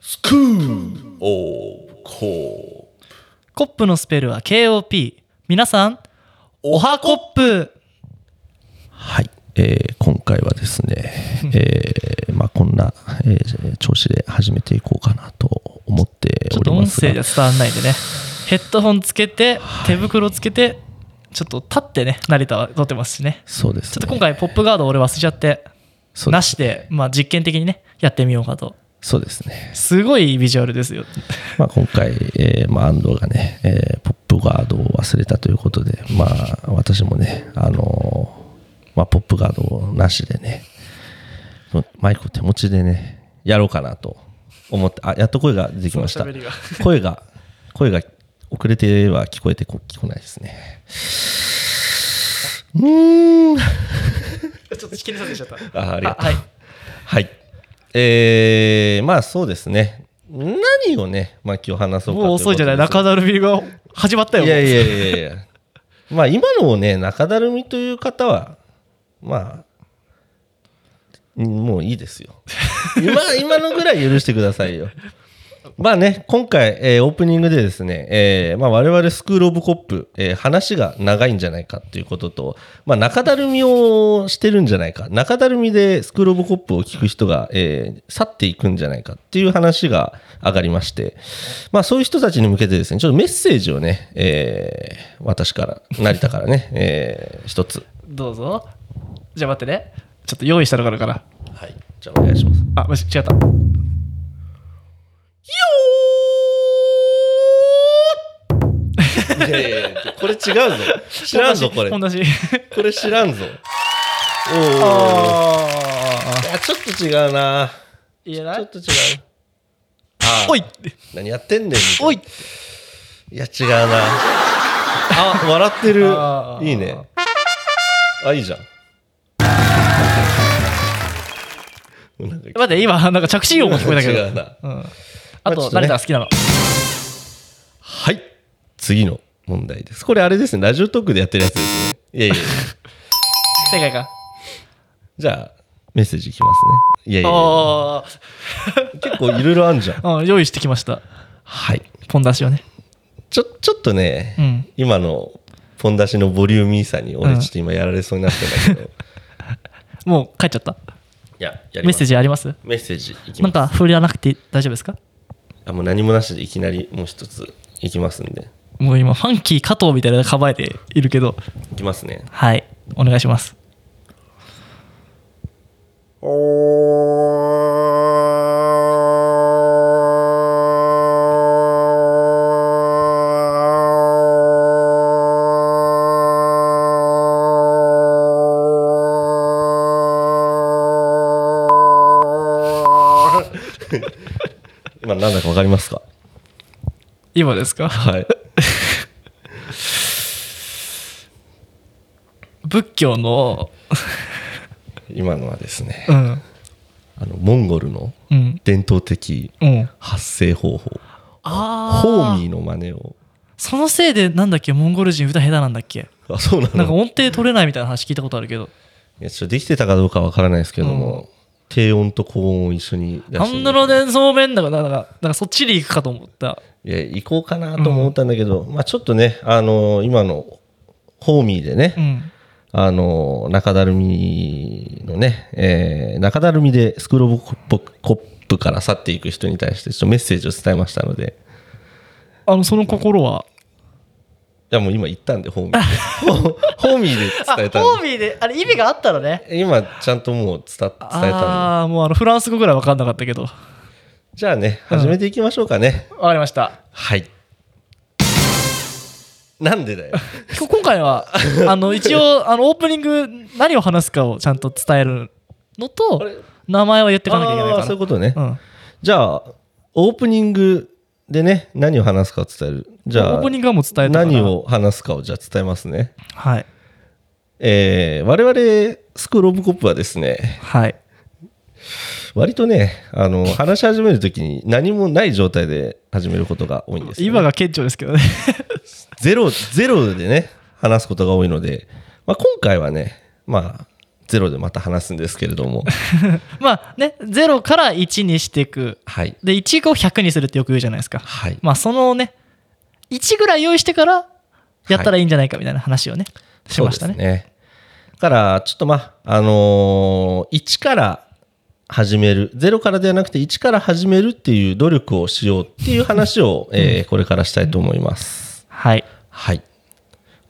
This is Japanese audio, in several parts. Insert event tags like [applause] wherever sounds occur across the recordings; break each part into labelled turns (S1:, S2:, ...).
S1: スクールオブコー
S2: コップのスペルは KOP 皆さんおはコップ
S3: はい、えー今回はです
S2: [laughs]
S3: ね、えーまあ、こんな、えー調子で始めていこうかなと思って
S2: ちょ
S3: お
S2: っ
S3: り
S2: と音
S3: ます
S2: 声じゃ
S3: が
S2: 伝わんないんでねヘッドホンつけて手袋つけてちょっと立ってね成田は撮ってますしね
S3: そうです
S2: ち
S3: ね
S2: ょっと今回ポップガード俺忘れちゃって
S3: そう
S2: なしで、まあ、実験的にねやってみようかと
S3: そうですね、
S2: すごいビジュアルですよ
S3: まあ、今回、えーまあ、安藤がね、えーポップガードを忘れたということで、まあ、私もね、あのーまあ、ポップガードなしでねマイクを手持ちでねやろうかなと思ってあやっと声ができました
S2: その喋りが
S3: 声が声が遅れては聞こえてこ聞こないですねうーん
S2: ちょっと仕切りさせちゃった
S3: あありがとう。
S2: は
S3: はいい。えーまあそうですね。何をね、まあ今日話そうか
S2: もう遅いじゃない
S3: とうこと
S2: 中だるみが始まっ
S3: で
S2: たよ
S3: すいやいやいやいやいや。 [laughs] まあ今のをね、中だるみという方は、まあ、んもういいです [laughs] よ。今、今のぐらい許してくださいよ。まあね、今回、えーオープニングでですね、えーまあ、我々スクール・オブ・コップ、えー話が長いんじゃないかということと、まあ、中だるみをしてるんじゃないか、中だるみでスクール・オブ・コップを聞く人が、えー去っていくんじゃないかっていう話が上がりまして、まあ、そういう人たちに向けてですね、ちょっとメッセージをね、えー私から、成田からね、えー一つ。
S2: どうぞじゃあ待ってねちょっと用意したのがあるから
S3: はい。じゃあお願いします。
S2: あもし違った
S3: いやいやいやこれ違うぞ。知らんぞ、これ。
S2: 同じ
S3: これ知らんぞ。おー。
S2: あ
S3: いやちょっと違うな
S2: ーいや
S3: ちょ
S2: な
S3: っと違うあー
S2: おい
S3: 何やってんねんみたいな
S2: おい
S3: いや違うなあ笑ってる
S2: あー
S3: いいねあいいじゃんもうなんか
S2: 待って今なんか着信音も聞こえたけど
S3: 違うな
S2: うんあ
S3: まあちょ
S2: と
S3: っとね
S2: 成田好きなの
S3: はい次の問題ですこれあれですねラジオトークでやってるやつですねいやい [laughs] やいや
S2: 正解か
S3: じゃあメッセージいきますねいやいやいや
S2: おー
S3: 結構いろいろあんじゃん
S2: うん用意してきました
S3: はい
S2: ポン出しをね
S3: ちょちょっとね、
S2: うん
S3: 今のポン出しのボリューミーさに俺ちょっと今やられそうになってんだけど、い
S2: [laughs] もう帰っちゃった
S3: ややり
S2: メ
S3: ま
S2: ッセー
S3: す
S2: ジあります
S3: メッセージいき
S2: な
S3: ます
S2: んか振らなくて大丈夫ですか
S3: あもう何もなしでいきなりもう一ついきますんで
S2: もう今ファンキー加藤みたいなの構えているけど
S3: いきますね
S2: はいお願いします
S3: 今なんだかわかりますか
S2: 今ですか
S3: はい
S2: 仏教の
S3: [laughs] 今のはですね
S2: うん
S3: あのモンゴルの
S2: うん
S3: 伝統的
S2: うん
S3: 発声方法
S2: ああ
S3: ホーミーの真似を
S2: そのせいでなんだっけモンゴル人歌下手なんだっけ
S3: あそうなの
S2: なんか音程取れないみたいな話聞いたことあるけど
S3: いやちょっとできてたかどうかわからないですけども、
S2: うん
S3: 低音と高音を一緒に出
S2: ア
S3: して
S2: ンドロ伝送弁だからなんかなんかそっちに行くかと思った
S3: いや行こうかなと思ったんだけど、まあ、ちょっとね、あのー今のホーミーでね、
S2: うん
S3: あのー中だるみのね、えー中だるみでスクロールオブコップコップから去っていく人に対してちょっとメッセージを伝えましたので
S2: あのその心はい
S3: やもう今言ったんでホーミーでホー [laughs] ホーミーで
S2: あ
S3: 伝えた
S2: ホ
S3: ん
S2: ーミーであれ意味があったのね
S3: で今ちゃんともう伝伝えたんで
S2: ああーもうあのフランス語ぐらい分かんなかったけどわ
S3: じゃあね始めていきましょうかね、
S2: かりました
S3: はいなんでだ
S2: [laughs]
S3: よ
S2: 今今
S3: [laughs]
S2: 回はあの一応あのオープニング何を話すかをちゃんと伝えるのと
S3: あれ
S2: 名前は言ってかなきゃいけないか
S3: あー
S2: ら
S3: そういうことね、
S2: うん
S3: じゃあオープニングでね何を話すかを伝えるじゃあ
S2: オープニングはもう伝えたから
S3: 何を話すかをじゃあ伝えますね
S2: はい
S3: えー、我々スクール・オブ・コップはですね
S2: はい
S3: 割とねあ
S2: [laughs]
S3: の話し始めるときに何もない状態で始めることが多いんですよね、
S2: 今が顕著ですけどね [laughs]
S3: ゼロゼロでね話すことが多いので、まあ、今回はねまあゼロでまた話すんですけれど
S2: [laughs]
S3: も
S2: まあね0から1にしていく
S3: はい
S2: で1を100にするってよく言うじゃないですか
S3: はい
S2: まあそのね1ぐらい用意してからやったらいいんじゃないかみたいな話をね、しましたね
S3: そうですねだからちょっとまああのー、1から始める0からではなくて1から始めるっていう努力をしようっていう話を、えーこれからしたいと思います
S2: はい
S3: はい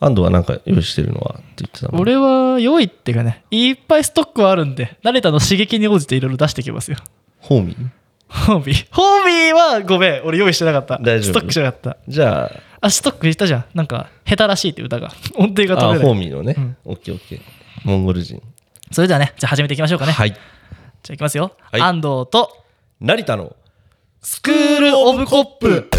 S3: 安藤はなんか用意してるのはって言ってたの
S2: 俺は良いっていうかねいっぱいストックはあるんで慣れたの刺激に応じていろいろ出してきますよ [laughs]
S3: ホーミー
S2: ホービーホービーはごめん俺用意してなかった
S3: 大丈夫
S2: ストックしなかった
S3: じゃあ
S2: あストックしたじゃんなんか下手らしいって歌が音程が
S3: あ
S2: 取れ
S3: ホー
S2: ない
S3: ミーのね、
S2: うん
S3: オッケーオッケーモンゴル人、
S2: それではねじゃあ始めていきましょうかね、
S3: はい
S2: じゃあいきますよ、
S3: はい
S2: 安藤と
S3: 成田の
S2: スクール・オブ・コップ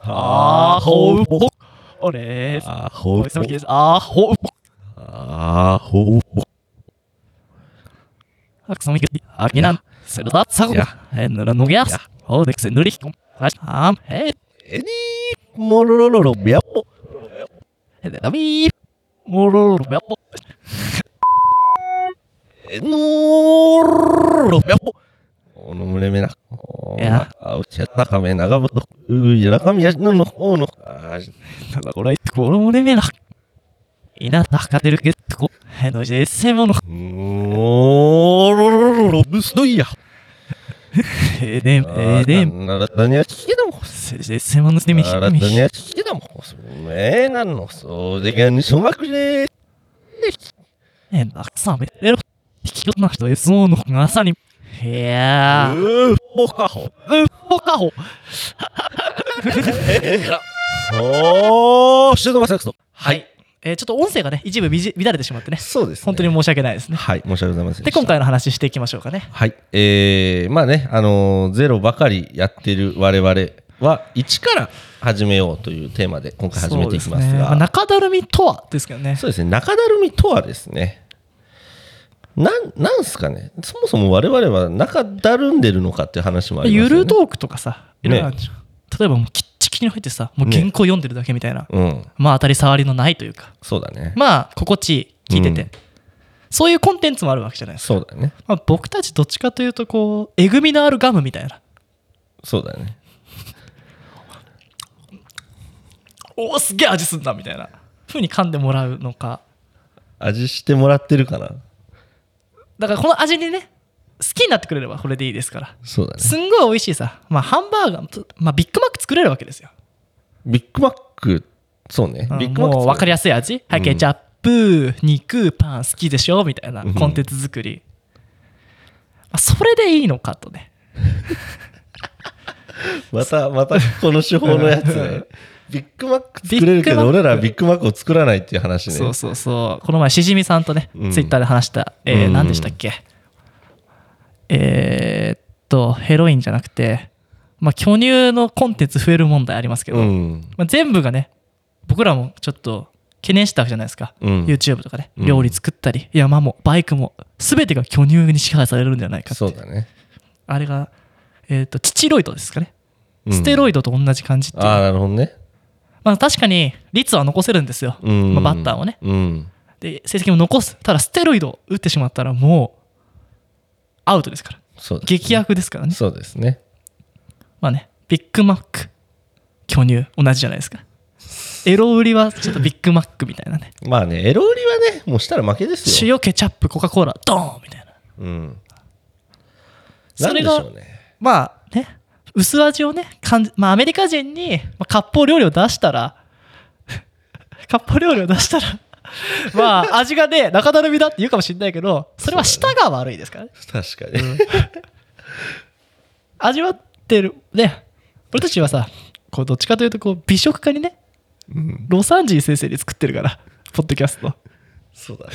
S3: あ
S2: ほう俺です
S3: あ
S2: お
S3: ほ
S2: 久しぶりですあほう
S3: あほ
S2: あくそみきあきなんせるださご
S3: いや
S2: えぬらのぎや
S3: や
S2: ほうでくせぬりひこんあしあんへ
S3: えにもろろろろびゃぽ
S2: えでだみーもろろべっぽ
S3: えのーろびゃぽおのむれめな。おー
S2: いや。
S3: あうちゃたかめながぶと。ういらかみやしののほうの。あー
S2: なんだこれこれもねめないなたかてるけどこへのじせもの
S3: もろろろろぶすどいや。
S2: えでえで
S3: あーならだにゃちけだもん。
S2: せせものせみひ
S3: ならだ
S2: み
S3: にゃちけだもん。そうめえなんの。そうでけんしょまくれ。
S2: えなくさめれろ引きとな人えそうのがさにいや
S3: う
S2: ー
S3: ーぽかほ。
S2: うっほかほ
S3: おー、シュートマサクソ。はい。
S2: えーちょっと音声がね一部みじ乱れてしまってね
S3: そうです、ね。
S2: 本当に申し訳ないですね
S3: はい、申し訳ございません
S2: で
S3: でした
S2: 今回の話していきましょうかね
S3: はい、えー、まあね、あのーゼロばかりやってる我々は、1から始めようというテーマで今回始めていきます
S2: そうですねま
S3: が、
S2: あ中だるみとはですけどね
S3: そうですね、中だるみとはですね、なん、なんすかね、そもそも我々は中だるんでるのかっていう話もありま
S2: ゆ
S3: すよ
S2: る
S3: ね。
S2: トークとかさいろいろあるじゃん例えばもうきっちきに入ってさもう原稿読んでるだけみたいな、
S3: うん、
S2: まあ当たり障りのないというか
S3: そうだね。
S2: まあ心地いい聞いてて、
S3: うん
S2: そういうコンテンツもあるわけじゃないですか、
S3: そうだね。
S2: まあ、僕たちどっちかというとこうえぐみのあるガムみたいな
S3: そうだね。
S2: おおすげえ味すんだみたいな風に噛んでもらうのか
S3: 味してもらってるかな。
S2: だからこの味にね好きになってくれればこれでいいですから
S3: そうだね。
S2: すんごい美味しいさ、まあ、ハンバーガーと、まあ、ビッグマック作れるわけですよ
S3: ビッグマック、そうね。ビッグマック
S2: もう分かりやすい味はい、
S3: うん
S2: ケチャップ肉パン好きでしょみたいなコンテンツ作り、まあそれでいいのかとね
S3: また、また、この手法のやつね。ビッグマック作れるけ
S2: ビッグマ
S3: ど、
S2: ック
S3: 俺らはビッグマックを作らないっていう話ね。
S2: そうそうそうこの前しじみさんとね、
S3: うん
S2: ツイッターで話した、えー
S3: うん
S2: 何でしたっけえーっとヘロインじゃなくて、まあ、巨乳のコンテンツ増える問題ありますけど、
S3: うん。
S2: まあ、全部がね僕らもちょっと懸念したわけじゃないですか、
S3: うん
S2: YouTube とかね
S3: うん
S2: 料理作ったり山もバイクも全てが巨乳に支配されるんじゃないかって
S3: そうだね。
S2: あれが、えっとチチロイドですかね、
S3: うん
S2: ステロイドと同じ感じっていう
S3: ああ、なるほどね。
S2: まあ、確かに率は残せるんですよ、
S3: うん。
S2: まあ、バッターをね
S3: うん。
S2: で成績も残すただステロイドを打ってしまったらもうアウトですから
S3: そうだね
S2: 劇薬ですからね
S3: そうですね。
S2: まあねビッグマック巨乳同じじゃないですかエロ売りはちょっとビッグマックみたいなね
S3: まあね、エロ売りはね、もうしたら負けですよ。
S2: 塩ケチャップコカ・コーラドーンみたいな
S3: うん。なん
S2: そ
S3: で
S2: れ
S3: し
S2: が
S3: ょうね。
S2: まあね薄味をね感じ、まあ、アメリカ人に、まあ、割烹料理を出したら [laughs] 割烹料理を出したら [laughs] まあ味がね中だるみだって言うかもしれないけどそれは舌が悪いですからね
S3: 確かに。
S2: 味わってるね俺たちはさこうどっちかというとこう美食家にね
S3: うん。
S2: ロサンジー先生に作ってるからポッドキャスト
S3: [laughs] そうだね。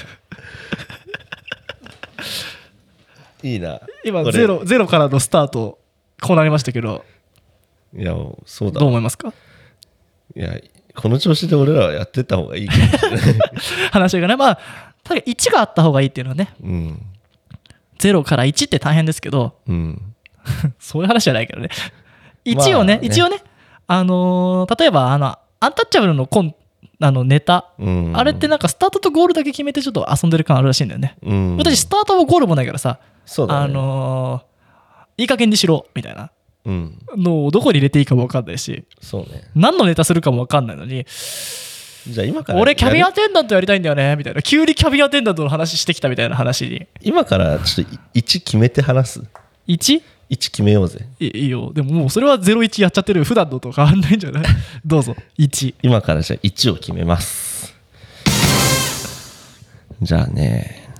S3: いいな。
S2: 今
S3: これ
S2: ゼ。ロゼロからのスタートをこうなりましたけど
S3: いやそうだ
S2: どう思いますか
S3: いやこの調子で俺らはやってった方がいいかもしれない
S2: [laughs] 話がねまあただ1があった方がいいっていうのはね
S3: うん
S2: 0から1って大変ですけど
S3: うん
S2: そういう話じゃないけど
S3: [laughs]
S2: ね1をね,、
S3: まあね
S2: 一応ねあのー例えばあのアンタッチャブルのコンあのネタ、
S3: うん
S2: あれってなんかスタートとゴールだけ決めてちょっと遊んでる感あるらしいんだよね、
S3: うん
S2: 私スタートもゴールもないからさ、
S3: そうだね
S2: あのーいい加減にしろみたいな
S3: うん
S2: のをどこに入れていいかも分かんないし
S3: そうね
S2: 何のネタするかも分かんないのに
S3: じゃあ今から
S2: 俺キャビン
S3: や
S2: ア
S3: る
S2: テンダントやりたいんだよねみたいな急にキャビンアテンダントの話してきたみたいな話に
S3: 今からちょっと1決めて話す
S2: 1?
S3: 1決めようぜ
S2: いいいよでももうそれは01やっちゃってる普段のと変わんないんじゃない [laughs] どうぞ1
S3: 今からじゃあ1を決めますじゃあね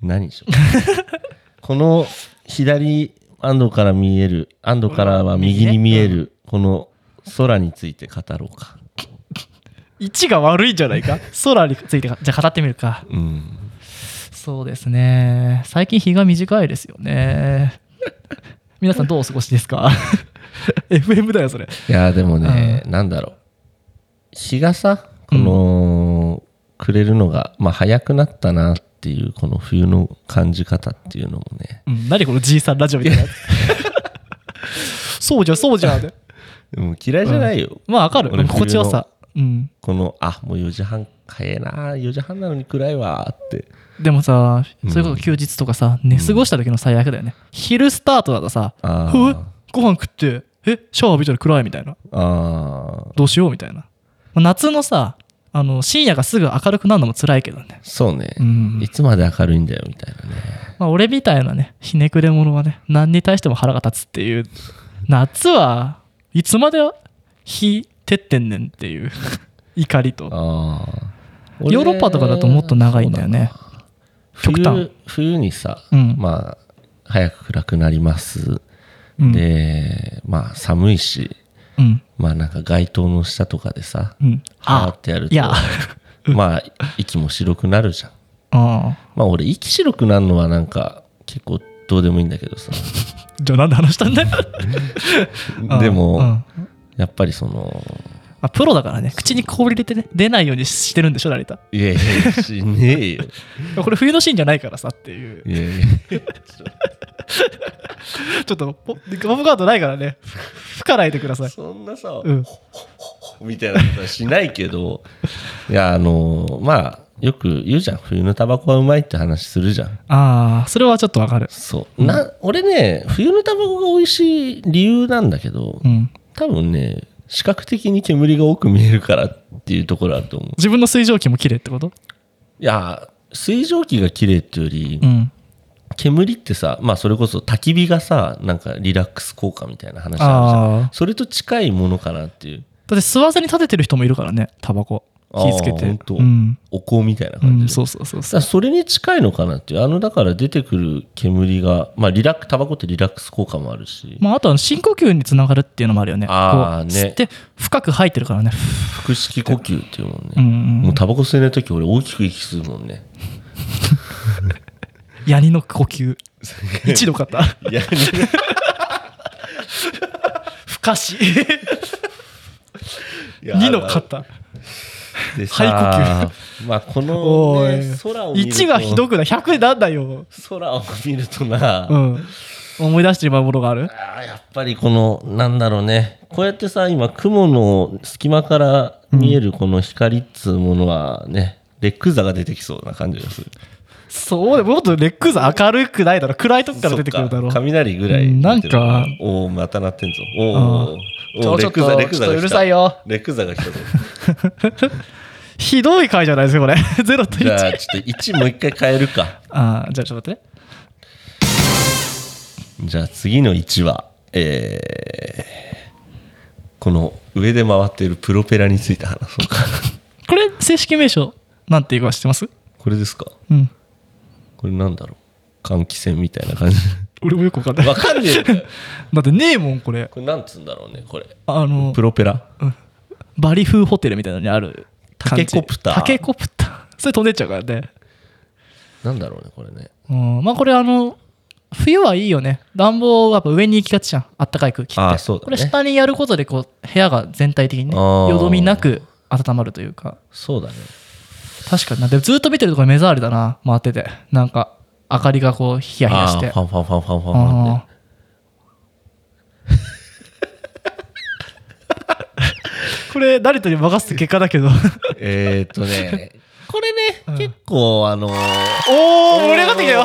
S3: 何にしよう
S2: [laughs]
S3: この左安藤から見える安藤からは右に見えるこの空について語ろうか
S2: 1が悪いんじゃない [laughs] か空についてかじゃあ語ってみるか
S3: うん
S2: そうですね最近日が短いですよ [laughs] ね皆さんどうお過ごしです [laughs] か FM だよそれ
S3: いやでもねなんだろう日がさこの、くれるのがまあ早くなったなっていうこの冬の感じ方っていうのもね
S2: うん、何このじいさんラジオみたいなやつ [laughs] そうじゃそうじゃで
S3: でも嫌いじゃないよ、
S2: [laughs] まあわかる
S3: 俺
S2: 心地よさ、うん、
S3: このあもう4時半早えな4時半なのに暗いわーって
S2: でもさ
S3: うん
S2: それこそ休日とかさ寝過ごした時の最悪だよね、昼スタートだとさ「
S3: あ
S2: ふ
S3: ー
S2: うご飯食ってえシャワー浴びたら暗い」みたいな
S3: あー
S2: どうしようみたいな夏のさあの深夜がすぐ明るくなるのも辛いけどね、
S3: そうね、
S2: うん
S3: いつまで明るいんだよみたいなね
S2: まあ、俺みたいなねひねくれ者はね何に対しても腹が立つっていう夏はいつまで日照ってんねんっていう [laughs] 怒りと
S3: あー俺
S2: ヨーロッパとかだともっと長いんだよね。
S3: そうだな
S2: 極
S3: 冬冬にさ、
S2: うん
S3: まあ早く暗くなります、
S2: うん
S3: でまあ寒いし
S2: うん
S3: まあなんか街灯の下とかでさ、
S2: うん
S3: はーってやると
S2: いや
S3: [laughs] まあ息も白くなるじゃん
S2: あ
S3: まあ俺息白くなるのはなんか結構どうでもいいんだけどさ
S2: あじゃあなんで話した
S3: [laughs]
S2: んだよああ
S3: でも、
S2: うん
S3: やっぱりその
S2: あプロだからね口に氷入れてね出ないようにしてるんでしょ成田
S3: いやいやしねえよ
S2: これ冬のシーンじゃないからさっていう
S3: いやいや
S2: [laughs] ちょっとポボブカードないからねふ吹かないでください
S3: そんなさ、
S2: うん
S3: みたいなことはしないけどいやあのまあよく言うじゃん冬のタバコはうまいって話するじゃん
S2: ああそれはちょっとわかる
S3: そうな俺ね冬のタバコが美味しい理由なんだけど、
S2: うん
S3: 多分ね視覚的に煙が多く見えるからっていうところあると思う
S2: 自分の水蒸気も綺麗ってこと
S3: いや水蒸気が綺麗っていうより、
S2: うん
S3: 煙ってさまあそれこそ焚き火がさなんかリラックス効果みたいな話あるじゃん
S2: ああ
S3: それと近いものかなっていう
S2: だって吸わずに立ててる人もいるからねタバコ気つけ
S3: あ
S2: て
S3: ーほんと
S2: うん、
S3: お香みたいな
S2: う
S3: 感じで、
S2: ん、そうそうそう
S3: だ
S2: そ
S3: か
S2: う
S3: らそれに近いのかなっていうあのだから出てくる煙がまあリラックタバコってリラックス効果もあるし、
S2: まあ、あとは深呼吸につながるっていうのもあるよね
S3: あー
S2: こう
S3: ね
S2: 吸って深く吐いてるからね
S3: 腹式呼吸っていうもんね、
S2: うん
S3: もうタバコ吸えない時俺大きく息するもんね
S2: ヤニの呼
S3: [laughs]
S2: 吸一度肩
S3: いや
S2: ふかし二の肩
S3: で
S2: [laughs] 肺呼
S3: まあこの、
S2: おい
S3: ね、空を見ると
S2: 1がひどくない100でなんだよ
S3: 空を見るとな、
S2: うん思い出してしまうものがある
S3: あーやっぱりこのなんだろうねこうやってさ今雲の隙間から見えるこの光っつうものはね、レック座が出てきそうな感じがする
S2: そうでもっとレックザ明るくないだろ暗いとこから出てくるだろ
S3: そっ
S2: う
S3: か雷ぐらい
S2: うんなんか
S3: 出てるおおまた鳴ってんぞおーお
S2: ち
S3: ー
S2: ょ
S3: おー
S2: ち
S3: レッ
S2: ょっ
S3: ク座
S2: と
S3: レック座が
S2: ちょっとうる
S3: 来
S2: さ
S3: た
S2: いよ
S3: レック座が来たぞ
S2: [laughs] ひどい回じゃないですかこれ0 [laughs] と
S3: じゃあ
S2: 1
S3: ちょっと1もう一回変えるか
S2: ああーじゃあちょっと待ってね
S3: じゃあ次の1はえーこの上で回っているプロペラについて話そうか [laughs]
S2: これ正式名称なんていうか知ってます
S3: これですか
S2: うん
S3: これなんだろう換気扇みたいな感 [laughs] じ
S2: 俺もよくわかんない
S3: わかんねえんだよ
S2: [laughs] だってねえもんこれ
S3: これなんつうんだろうねこれ
S2: あの
S3: プロペラ
S2: バリ風ホテルみたいなのにある感じ
S3: タケコプター
S2: タケコプターそれ飛んでっちゃうからね
S3: なんだろうねこれね
S2: うんまあこれあの冬はいいよね暖房はやっぱ上に行きがちじゃんあったかい空気って
S3: あーそうだね
S2: これ下にやることでこう部屋が全体的にね
S3: あー
S2: よどみなく温まるというか
S3: そうだね
S2: 確かになでもずっと見てるところ目障りだな回っててなんか明かりがこうヒヤヒヤ
S3: あ
S2: し
S3: あ
S2: て
S3: ーファンファンファンファンファンファンっ [laughs]
S2: あ
S3: て
S2: ーこれ誰とに任せた結果だけど
S3: えーっとねこれね、結構あのー
S2: おお盛り上がってきたよ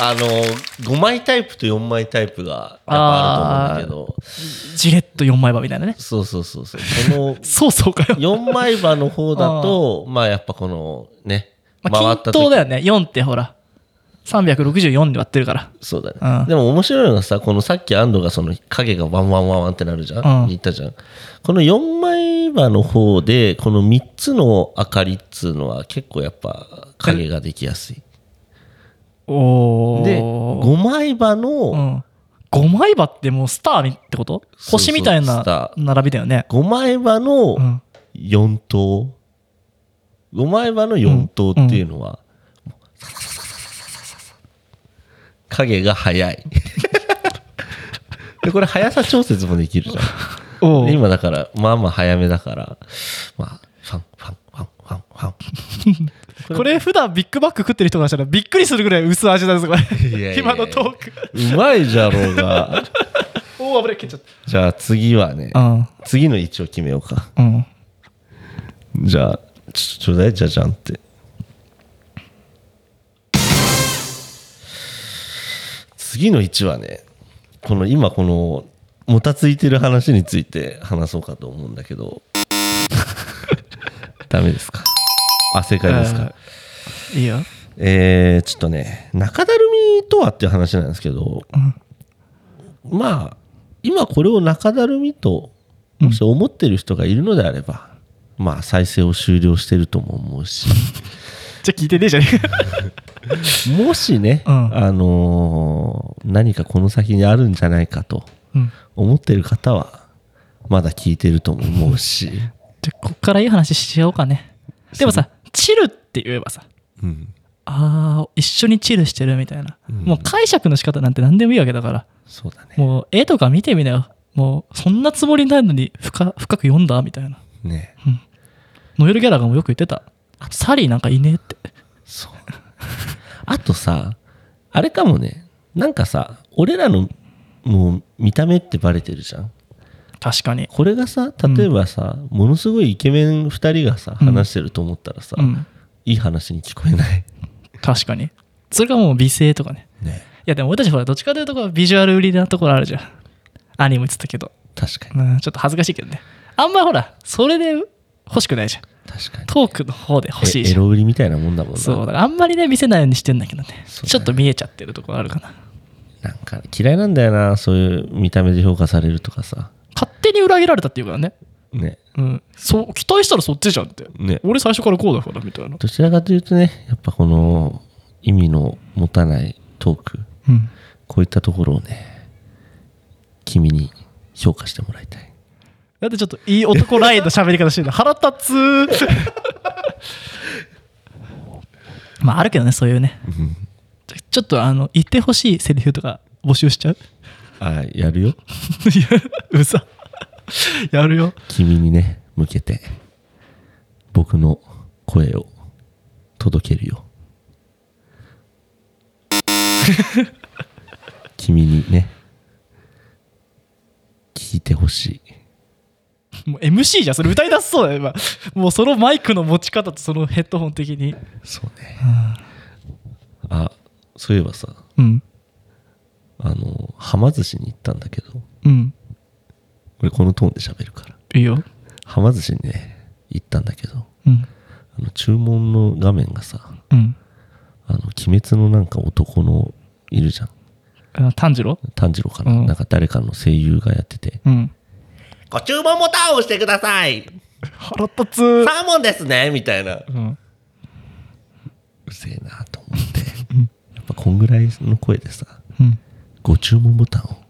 S3: あのー、5枚タイプと4枚タイプがやっぱあると思うんだけど
S2: じれっと4枚刃みたいなね
S3: そうそうそうそうこの
S2: そうそうかよ、 [laughs]
S3: 4枚刃の方だとまあやっぱこのね
S2: まあ、均等だよね4ってほら364で割ってるから
S3: そうだね、
S2: うん
S3: でも面白いのがさこのさっき安藤がその影がワンワンワンワンってなるじゃん、
S2: うん
S3: 言ったじゃんこの4枚刃の方でこの3つの明かりっつうのは結構やっぱ影ができやすい
S2: おお
S3: で5枚刃の
S2: うん、5枚刃ってもうスターみってこと
S3: そう
S2: 星みたい
S3: スタ
S2: な並びだよね、
S3: 5枚刃
S2: う
S3: の
S2: ん、
S3: 4等5枚刃の4等っていうのは影が速いでこれ速さ調節もできるじゃん
S2: お
S3: で
S2: ー
S3: 今だからまあまあ早めだからまあファンファンファンファンファン
S2: これ普段ビッグバック食ってる人からしたらびっくりするぐらい薄味なんですこれ
S3: いやいや
S2: 今のトーク
S3: うまいじゃろうが
S2: おお危ない蹴っちゃっ
S3: じゃあ次はね
S2: たうん
S3: 次の位置を決めようか
S2: うん
S3: じゃあちょちょうだいじゃじゃんって次の位置はねこの今このもたついてる話について話そうかと思うんだけどダメですかあ正解ですか
S2: いいよ
S3: えー、ちょっとね中だるみとはっていう話なんですけど、まあ今これを中だるみともし思ってる人がいるのであれば、まあ再生を終了してるとも思う [laughs] し
S2: じゃあ聞いてねえじゃねえか
S3: もしね、
S2: うん
S3: あのー何かこの先にあるんじゃないかと
S2: [laughs] うん
S3: 思ってる方はまだ聞いてるとも思うし、
S2: じゃあこっからいい話しようかねでもさ「チル」って言えばさ
S3: [laughs] うん、
S2: あー一緒にチルしてるみたいな、
S3: うん
S2: もう解釈の仕方なんて何でもいいわけだから
S3: そうだね
S2: もう絵とか見てみなよもうそんなつもりないのに深深く読んだみたいな
S3: ね
S2: ノエル・ギャラガーもよく言ってたあとサリーなんかいねえって
S3: そう。 [laughs] あとさ、あれかもね、なんかさ、俺らのもう見た目ってバレてるじゃん。
S2: 確かに
S3: これがさ、例えばさ、ものすごいイケメン2人がさ、
S2: うん
S3: 話してると思ったらさ、
S2: うん
S3: いい話に聞こえない。
S2: 確かにそれがもう美声とか [laughs] ね
S3: ね。
S2: いやでも俺たちほらどっちかというとこうビジュアル売りなところあるじゃんアニメ言ってたけど、
S3: 確かに。
S2: うん、ちょっと恥ずかしいけどねあんまほらそれで欲しくないじゃん
S3: 確かに。
S2: トークの方で欲しい
S3: えエ
S2: じゃん
S3: ロ売りみたいなもんだもんな。
S2: そうだからあんまりね見せないようにしてんだけどね
S3: そうだね
S2: ちょっと見えちゃってるところあるかな
S3: なんか嫌いなんだよな、そういう見た目で評価されるとかさ。
S2: 勝手に裏切られたっていうからね
S3: ね。
S2: うんそう期待したらそっちじゃんって、
S3: ね
S2: 俺最初からこうだからみたいな
S3: どちらかというとね、やっぱこの意味の持たないトーク。
S2: うん
S3: こういったところをね、君に評価してもらいたい。
S2: だってちょっといい男ラインの喋り方してるの腹立 [laughs] つまああるけどねそういうねちょちょっとあの言ってほしいセリフとか募集しちゃう
S3: [laughs]
S2: [laughs]
S3: あやるよ。
S2: いやうざやるよ
S3: 君にね、向けて、僕の声を届ける [laughs] よ。君にね、聞いてほしい。
S2: もう MC じゃんそれ歌い出しそうだよ今もうそのマイクの持ち方とそのヘッドホン的に
S3: そうね。あ、そういえばさ、
S2: うん
S3: あの、はま寿司に行ったんだけど、
S2: うん
S3: 俺このトーンで喋るから。
S2: いいよ
S3: はま寿司にね、行ったんだけど、
S2: うん
S3: あの注文の画面がさ
S2: うん
S3: あの鬼滅のなんか男のいるじゃん
S2: あ炭治郎
S3: 炭治郎かな、
S2: うん
S3: なんか誰かの声優がやってて
S2: うん
S3: 「ご注文ボタンを押してください
S2: 腹立つ
S3: サーモンですね」みたいな
S2: うん
S3: うせえなと思ってやっぱこんぐらいの声でさ
S2: うん
S3: 「ご注文ボタンを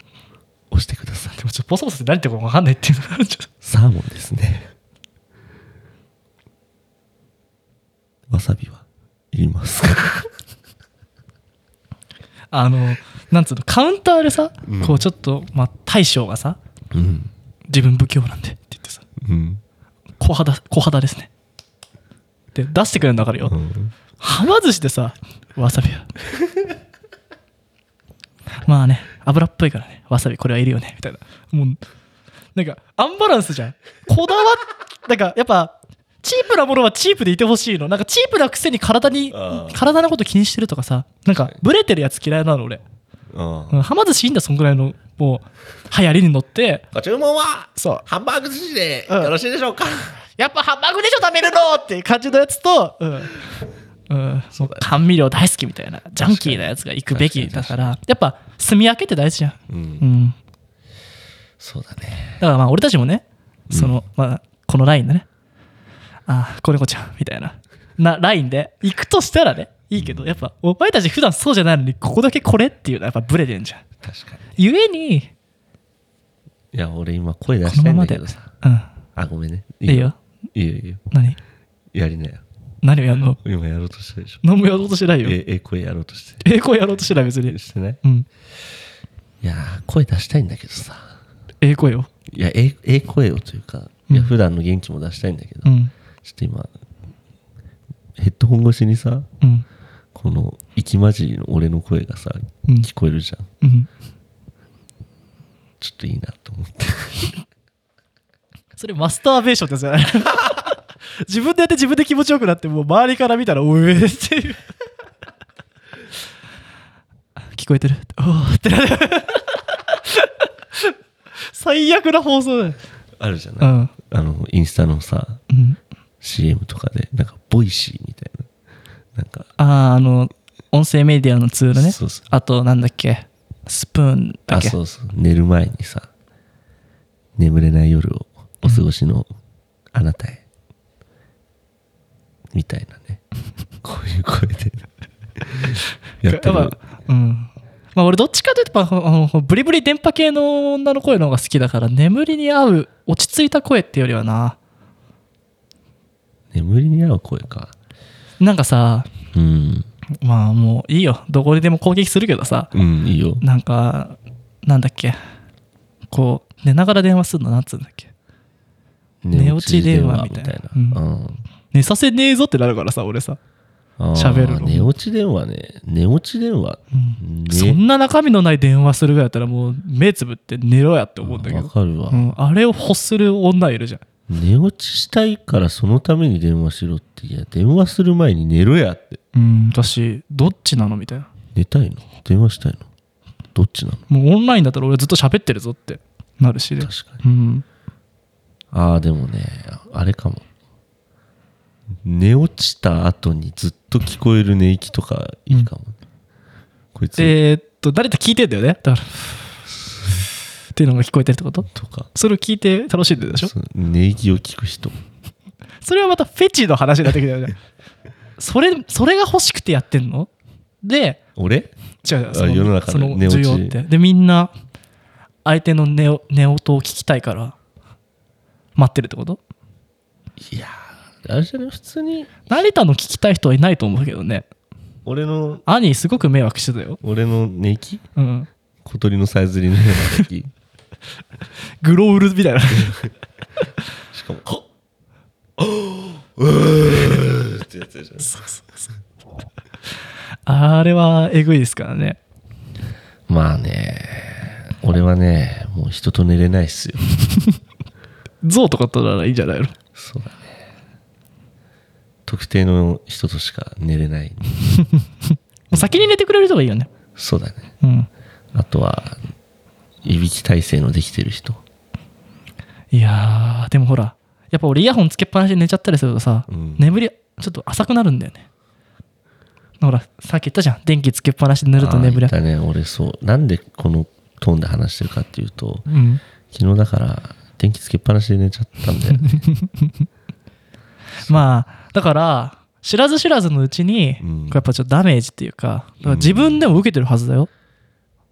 S3: 押してください
S2: でもちょっとボソボソって何言ってるか分かんないっていうのがあるじゃん
S3: サーモンですね」わさびはいりますか
S2: あのなんつうのカウンターでさ、こうちょっと、まあ、大将がさ
S1: うん
S2: 自分不器用なんでって言ってさ
S1: うん
S2: 小肌小肌ですねで出してくれるんだからよ、はま寿司でさわさび [laughs] はまあね油っぽいからねわさびこれはいるよねみたいなもうなんかアンバランスじゃんこだわっ [laughs] なんかやっぱチープなものはチープでいてほしいのなんかチープなくせに体に
S1: あー
S2: 体のこと気にしてるとかさなんかブレてるやつ嫌いなの俺
S1: あ
S2: うんはま寿司いいんだそんぐらいのもう流行りに乗って
S3: ご注文は
S2: そう
S3: ハンバーグ寿司で
S2: うん
S3: よろしいでしょうか、
S2: やっぱハンバーグでしょ食べるのっていう感じのやつと、うんうん、そう甘味料大好きみたいなジャンキーなやつが行くべきだからやっぱ住み分けって大事じゃん、
S1: うん
S2: うん、
S3: そうだね
S2: だからまあ俺たちもねその、まあ、このラインでねああ子猫ちゃんみたいななラインで行くとしたらねいいけどやっぱお前たち普段そうじゃないのにここだけこれっていうのはやっぱブレてんじゃん
S3: 確かに
S2: ゆえに
S3: いや俺今声出
S2: こ
S3: した
S2: のま
S3: いん
S2: ま
S3: だ
S2: で
S3: け
S2: う
S3: ど
S2: ん
S3: さあごめんね
S2: いいよ
S3: いいよいいよ
S2: 何
S3: やりなよ
S2: 何をやるの
S3: 今やろうとしたでしょ
S2: 何もやろうとしてないよ
S3: ええ声やろうとして
S2: 英語やろうとしてない別に
S3: してない
S2: うん
S3: いやー声出したいんだけどさ
S2: 英語よ
S3: いやえええ声をというかいや普段の元気も出したいんだけど、
S2: うん
S3: ちょっと今ヘッドホン越しにさ
S2: うん
S3: この息まじりの俺の声がさ
S2: うん
S3: 聞こえるじゃん
S2: うん
S3: ちょっといいなと思って
S2: それマスターベーションですよね [laughs] 自分でやって自分で気持ちよくなってもう周りから見たら「おえ」っていう聞こえてるおーってなる最悪な放送だよ
S3: [laughs] あるじゃ
S2: う
S3: ない、
S2: ん
S3: あのインスタのさ
S2: うん
S3: CM とかでなんかボイシーみたいななんか
S2: あああの音声メディアのツールね
S3: そうそう
S2: あとなんだっけスプーンだっ
S3: あ
S2: け
S3: そうそう寝る前にさ眠れない夜をお過ごしのあなたへ、みたいな
S2: [laughs]
S3: ねこういう声でやって
S2: やっ
S3: る
S2: ぱうんまあ俺どっちかというとやっぱあのブリブリ電波系の女の声の方が好きだから眠りに合う落ち着いた声っていうよりはな
S3: 眠りに合う声か
S2: なんかさ
S3: うん
S2: まあもういいよどこにでも攻撃するけどさ
S3: うんいいよ
S2: なんかなんだっけこう寝ながら電話するのなんつうんだっけ寝落ち電話みたい
S3: 寝落
S2: な
S3: ち電話みたいな
S2: 寝させねえぞってなるからさ俺さ、
S3: うんあー
S2: 喋るの
S3: 寝落ち電話ね寝落ち電話、
S2: うん
S3: ね
S2: そんな中身のない電話するぐらいだったらもう目つぶって寝ろやって思うんだけ
S3: わ
S2: ど
S3: かるわ、
S2: うん、あれを欲する女いるじゃん
S3: 寝落ちしたいからそのために電話しろっていや電話する前に寝ろやって
S2: うん私どっちなのみたいな
S3: 寝たいの電話したいのどっちなの
S2: もうオンラインだったら俺ずっと喋ってるぞってなるしね
S3: 確かに
S2: うん
S3: ああでもねあれかも寝落ちた後にずっと聞こえる寝息とかいいかも、こいつ
S2: えーっと誰か聞いてんだよねだからっていうのが聞こえてるってこと
S3: とか
S2: それを聞いて楽しんでるでしょ
S3: そう寝息を聞く人
S2: それはまたフェチの話になってきたよ
S3: [laughs]
S2: ねそれそれが欲しくてやってんので
S3: 俺
S2: 違う違うその
S3: 世の中の
S2: その
S3: 寝落
S2: 需
S3: ち
S2: 要ってでみんな相手の寝お寝音を聞きたいから待ってるってこと
S3: いやーあれじゃね普通に
S2: 成田の聞きたい人はいないと思うけどね
S3: 俺の
S2: 兄すごく迷惑してたよ
S3: 俺の寝息
S2: うん
S3: 小鳥のさえずりのような寝 [laughs] 息
S2: グロウルみたいな
S3: しかも「はっおーってやつじゃん
S2: あれはえぐいですからね
S3: まあね俺はねもう人と寝れないっすよ
S2: 象とかとならいいんじゃないの
S3: そうだね特定の人としか寝れない
S2: もう先に寝てくれる人がいいよね
S3: そうだね
S2: うん
S3: あとはいびき体制のできてる人
S2: いやーでもほらやっぱ俺イヤホンつけっぱなしで寝ちゃったりするとさ、
S3: うん
S2: 眠りちょっと浅くなるんだよねほらさっき言ったじゃん電気つけっぱなしで寝ると眠り
S3: だね俺そうなんでこのトーンで話してるかっていうと
S2: うん
S3: 昨日だから電気つけっぱなしで寝ちゃった
S2: [laughs]
S3: んだよね
S2: まあだから知らず知らずのうちに、
S3: うん
S2: こうやっぱちょっとダメージっていうかだから自分でも受けてるはずだよ、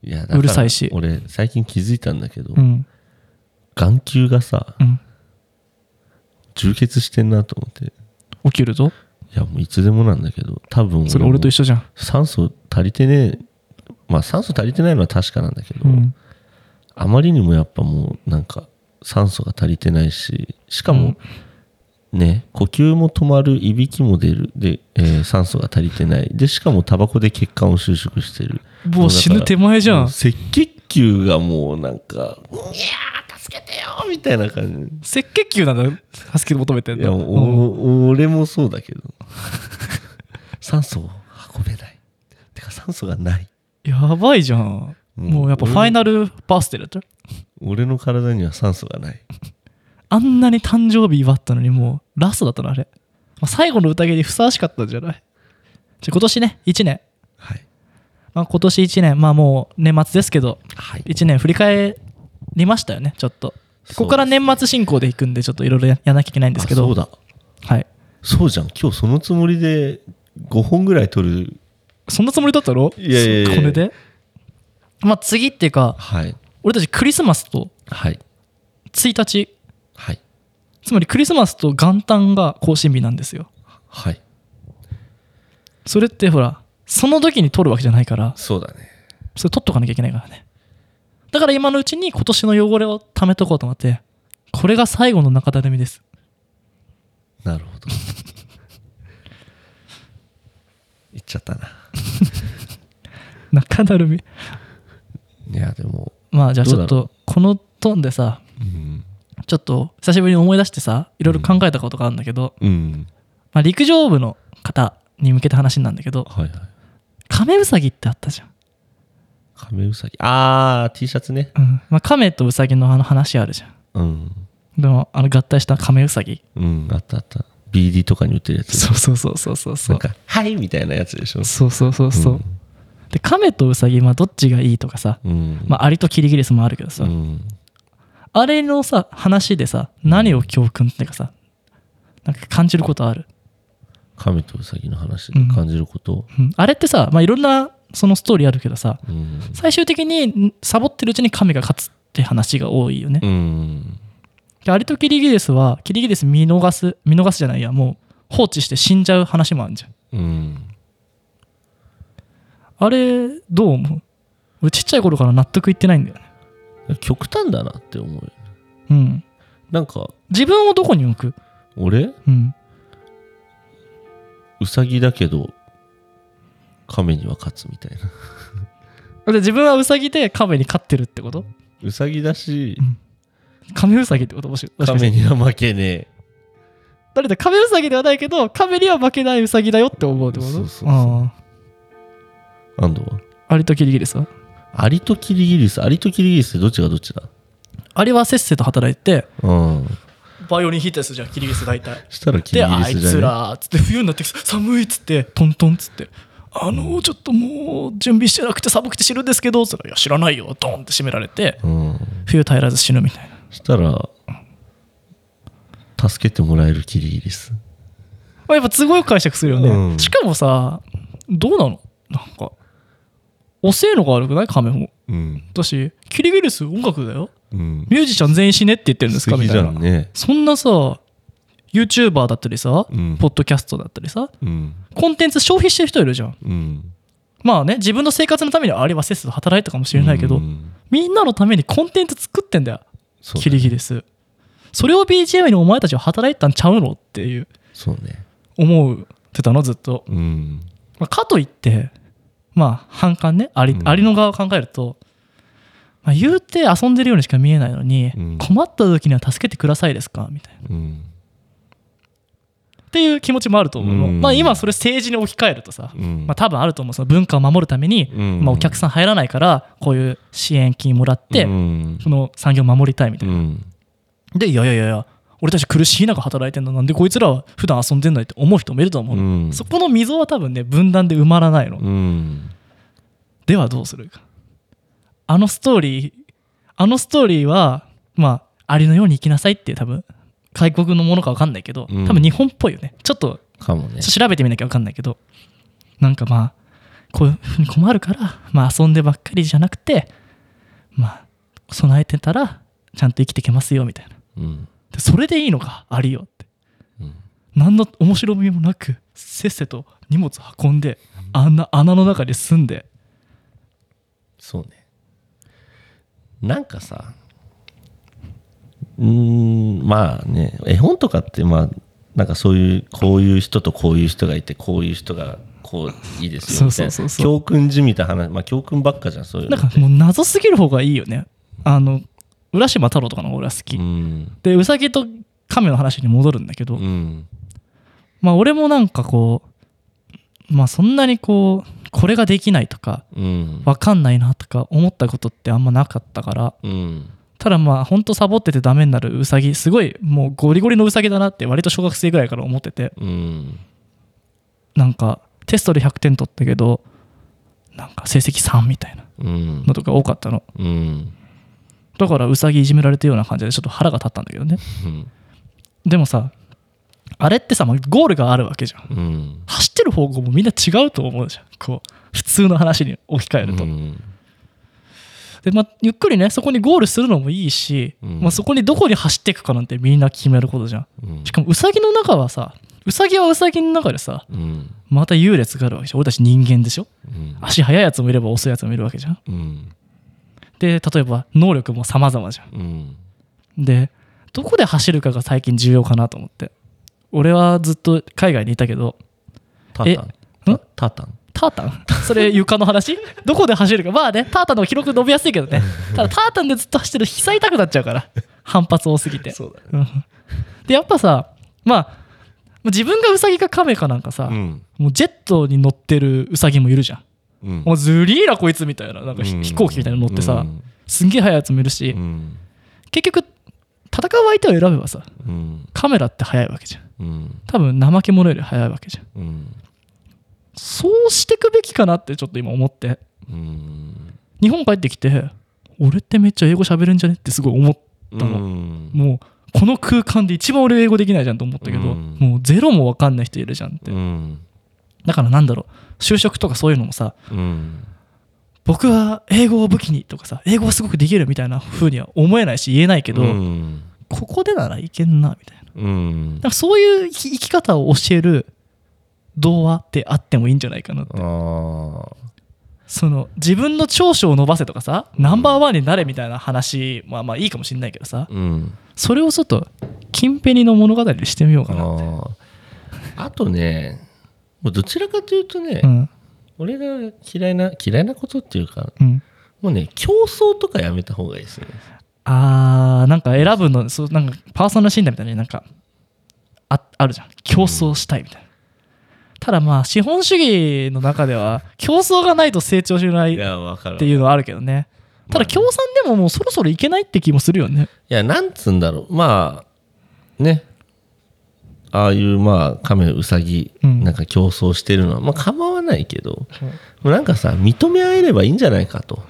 S3: いやだから
S2: うるさいし
S3: 俺最近気づいたんだけど、
S2: うん
S3: 眼球がさ
S2: うん、
S3: 充血してんなと思ってい
S2: 起きるぞ
S3: やもういつでもなんだけど多分
S2: それ俺と一
S3: 緒
S2: 緒じゃん
S3: 酸素足りてねえまあ酸素足りてないのは確かなんだけど、
S2: うん
S3: あまりにもやっぱもうなんか酸素が足りてないししかも、ね呼吸も止まるいびきも出るで、えー酸素が足りてないでしかもタバコで血管を収縮してる
S2: もう死ぬ手前じゃん
S3: もう赤血球がもうなんか「いやー助けてよ!」みたいな感じ
S2: 赤血球なんだハスキー求めてん
S3: いや
S2: だ
S3: おお俺もそうだけど [laughs] 酸素を運べないてか酸素がない
S2: やばいじゃん、
S3: うん
S2: もうやっぱファイナルバースデーだったよ
S3: 俺の体には酸素がない
S2: あんなに誕生日祝ったのにもうラストだったのあれ、まあ最後の宴にふさわしかったんじゃないじゃあ今年ね1年、
S3: はい
S2: まあ、今年1年まあもう年末ですけど
S3: はい
S2: 1年振り返りましたよねちょっと
S3: す
S2: ここから年末進行でいくんでちょっといろいろややらなきゃいけないんですけ
S3: あ
S2: ど
S3: そうだ
S2: はい、
S3: そうじゃん今日そのつもりで5本ぐらい取る
S2: そんなつもりだったろ
S3: いやいやいや
S2: これでまあ次っていうか
S3: はい
S2: 俺たちクリスマスと
S3: はい
S2: 1日
S3: はい
S2: つまりクリスマスと元旦が更新日なんですよ
S3: はい
S2: それってほらその時に撮るわけじゃないから
S3: そうだね
S2: それ取っとかなきゃいけないからねだから今のうちに今年の汚れを貯めとこうと思ってこれが最後の中だるみです
S3: なるほ [laughs] ど言っちゃったな
S2: 中だるみ
S3: いやでも
S2: まあじゃあちょっ
S3: どう
S2: とこのトーンでさ
S3: うん、
S2: ちょっと久しぶりに思い出してさいろいろ考えたことがあるんだけど、
S3: うん、
S2: まあ、陸上部の方に向けた話なんだけど
S3: はいはい
S2: カメウサギってあったじゃん、
S3: カメウサギあー T シャツね
S2: うんまあ、カメとウサギのあの話あるじゃん
S3: うん
S2: でもあの合体したカメウサギ
S3: うんあったあった BD とかに売ってるやつ
S2: そうそうそうそうそうそ
S3: なん
S2: う
S3: か「はい」みたいなやつでしょ
S2: そうそうそうそう、
S3: ん
S2: でカメとウサギ、まあ、どっちがいいとかさ、
S3: うん
S2: まあ、アリとキリギリスもあるけどさ、
S3: うん
S2: あれのさ話でさ何を教訓っていうかさなんか感じることある、
S3: カメとウサギの話で感じること
S2: うん、あれってさ、まあ、いろんなそのストーリーあるけどさ
S3: うん
S2: 最終的にんサボってるうちにカメが勝つって話が多いよね、
S3: うん
S2: でアリとキリギリスはキリギリス見逃す見逃すじゃないやもう放置して死んじゃう話もあるじゃん
S3: うん
S2: あれどう思う俺ちっちゃい頃から納得いってないんだよね
S3: 極端だなって思うよね
S2: うん
S3: なんか
S2: 自分をどこに置く
S3: 俺
S2: うん
S3: ウサギだけどカメには勝つみたいな
S2: で自分はウサギでカメに勝ってるってこと
S3: ウサギだし
S2: カメウサギってこともしもし
S3: カ
S2: かして
S3: メには負けねえ
S2: 誰だカメウサギではないけどカメには負けないウサギだよって思うってこと
S3: そうそうそう
S2: あ
S3: 安藤は
S2: あアリとキリギリスは
S3: アリとキリギリスアリとキリギリスってどっちがどっちだ
S2: アリはせっせと働いて
S3: うん
S2: バイオリン弾いたやつじゃんキリギリス大体
S3: したらキ
S2: で、
S3: リギリ
S2: あい
S3: スじ
S2: つ
S3: ゃね
S2: らっつって冬になってきて寒いっつってトントンっつってあのーちょっともう準備してなくて寒くて知るんですけどっつったらいや知らないよドンって締められて
S3: うん
S2: 冬耐えらず死ぬみたいな
S3: したら助けてもらえるキリギリス
S2: まあやっぱ都合よく解釈するよね、
S3: うん
S2: しかもさどうなのなんか遅えのが悪くないカメも
S3: うん
S2: 私キリギリス音楽だよ
S3: うん
S2: ミュージシャン全員死ねって言ってるんです
S3: 素
S2: か
S3: 敵
S2: みた
S3: じ
S2: い
S3: ゃ
S2: なん
S3: ね
S2: そんなさ YouTuber だったりさ、
S3: うん
S2: ポッドキャストだったりさ
S3: うん
S2: コンテンツ消費してる人いるじゃん
S3: うん
S2: まあね自分の生活のためにあれはせっせと働いたかもしれないけど、
S3: うん
S2: みんなのためにコンテンツ作ってんだよ
S3: そうだね
S2: キリギリスそれを BGM にお前たちは働いたんちゃうのっていう
S3: そうね
S2: 思うってたのずっと、
S3: うん
S2: まあ、かといってまあ反感ねあり,、
S3: うん
S2: ありの側を考えると、まあ、言うて遊んでるようにしか見えないのに、
S3: うん
S2: 困った時には助けてくださいですかみたいな
S3: うん
S2: っていう気持ちもあると思うの、
S3: うん
S2: まあ、今それ政治に置き換えるとさ、
S3: うん
S2: まあ、多分あると思うその文化を守るために、
S3: うん
S2: まあ、お客さん入らないからこういう支援金もらって、
S3: うん
S2: その産業を守りたいみた
S3: う
S2: いな、
S3: ん
S2: でいやいやいやいや俺たち苦しい中働いてんだなんでこいつらは普段遊んでんないって思う人もいると思うの、
S3: うん
S2: そこの溝は多分ね分断で埋まらないの、
S3: うん
S2: ではどうするかあのストーリーあのストーリーはまあありのように生きなさいって多分外国のものか分かんないけど、
S3: うん
S2: 多分日本っぽいよねちょっと
S3: かもね
S2: 調べてみなきゃ分かんないけどなんかまあこういうふうに困るから、まあ、遊んでばっかりじゃなくてまあ備えてたらちゃんと生きていけますよみたいな
S3: うん
S2: でそれでいいのかありよって
S3: うん
S2: 何の面白みもなくせっせと荷物運んであんな穴の中に住んで
S3: そうねなんかさうーんまあね絵本とかってまあなんかそういうこういう人とこういう人がいてこういう人がこういいですよみたいな
S2: そうそうそうそ
S3: 教訓じみた話まあ教訓ばっかじゃんそういうの
S2: なん
S3: って
S2: かもう謎すぎる方がいいよねあの浦島太郎とかの方が俺は好き、
S3: うん
S2: でうさぎと亀の話に戻るんだけど、
S3: うん
S2: まあ俺もなんかこうまあそんなにこうこれができないとか
S3: うん
S2: わかんないなとか思ったことってあんまなかったから
S3: うん
S2: ただまあほんとサボっててダメになるウサギすごいもうゴリゴリのウサギだなって割と小学生ぐらいから思ってて
S3: うん
S2: なんかテストで100点取ったけどなんか成績3みたいな
S3: うん
S2: のとか多かったの
S3: うん
S2: だからウサギいじめられてるような感じでちょっと腹が立ったんだけどね
S3: うん
S2: でもさあれってさ、まあ、ゴールがあるわけじゃん
S3: うん
S2: 走ってる方向もみんな違うと思うじゃんこう普通の話に置き換えると、
S3: うん
S2: でまあ、ゆっくりねそこにゴールするのもいいし、
S3: うん
S2: まあ、そこにどこに走っていくかなんてみんな決めることじゃん
S3: うん
S2: しかもウサギの中はさウサギはウサギの中でさ
S3: うん
S2: また優劣があるわけじゃん俺たち人間でしょ
S3: うん
S2: 足速いやつもいれば遅いやつもいるわけじゃん
S3: うん
S2: で例えば能力も様々じゃ
S3: うん
S2: んでどこで走るかが最近重要かなと思って俺はずっと海外にいたけど
S3: タ
S2: え
S3: ータン
S2: ん
S3: タータン
S2: タータンそれ床の話どこで走るかまあねタータンの方が記録伸びやすいけどねただタータンでずっと走ってると膝痛くなっちゃ
S3: [laughs]
S2: うから反発多すぎて
S3: そうだ
S2: うんでやっぱさまあ自分がウサギかカメかなんかさ、
S3: うん
S2: もうジェットに乗ってるウサギもいるじゃん、
S3: うん
S2: もうずりーなこいつみたいななんかひ、
S3: うん
S2: 飛行機みたいなの乗ってさ、
S3: うん
S2: すんげえ速いやつもいるし、
S3: うん
S2: 結局戦う相手を選べばさ
S3: うん
S2: カメラって速いわけじゃん
S3: うん
S2: 多分怠け者より速いわけじゃん
S3: うん
S2: そうしてくべきかなってちょっと今思って
S3: うん
S2: 日本帰ってきて俺ってめっちゃ英語喋れんじゃねってすごい思った
S3: う
S2: の、
S3: ん
S2: もうこの空間で一番俺英語できないじゃんと思ったけど、
S3: うん
S2: もうゼロも分かんない人いるじゃんって、
S3: うん
S2: だからなんだろう就職とかそういうのもさ
S3: うん
S2: 僕は英語を武器にとかさ英語はすごくできるみたいな風には思えないし言えないけど、
S3: うん
S2: ここでならいけんなみたいな
S3: うん
S2: なんかそういう生き生き方を教える童話ってあってもいいんじゃないかなって
S3: あー
S2: その自分の長所を伸ばせとかさナンバーワンになれみたいな話まあまあいいかもしんないけどさ
S3: うん
S2: それをちょっと金ペニの物語にしてみよう
S3: あ
S2: かな、
S3: ーあとねもうどちらかというとね
S2: うん
S3: 俺が嫌いな嫌いなことっていうか
S2: うん、
S3: もうね競争とかやめた方がいいですね
S2: あーなんか選ぶのそうなんかパーソナル診断みたいななんかああるじゃん競争したいみたいな、ただまあ資本主義の中では競争がないと成長しない
S3: い
S2: っ
S3: やわかる
S2: ていうのはあるけどねただ共産でももうそろそろいけないって気もするよね
S3: いや、なんつうんだろう。まあ、ね。ああいう、まあ、亀、ウサギ、
S2: うん
S3: なんか競争してるのは、まあ、構わないけど、もうなんかさ、認め合えればいいんじゃないかと。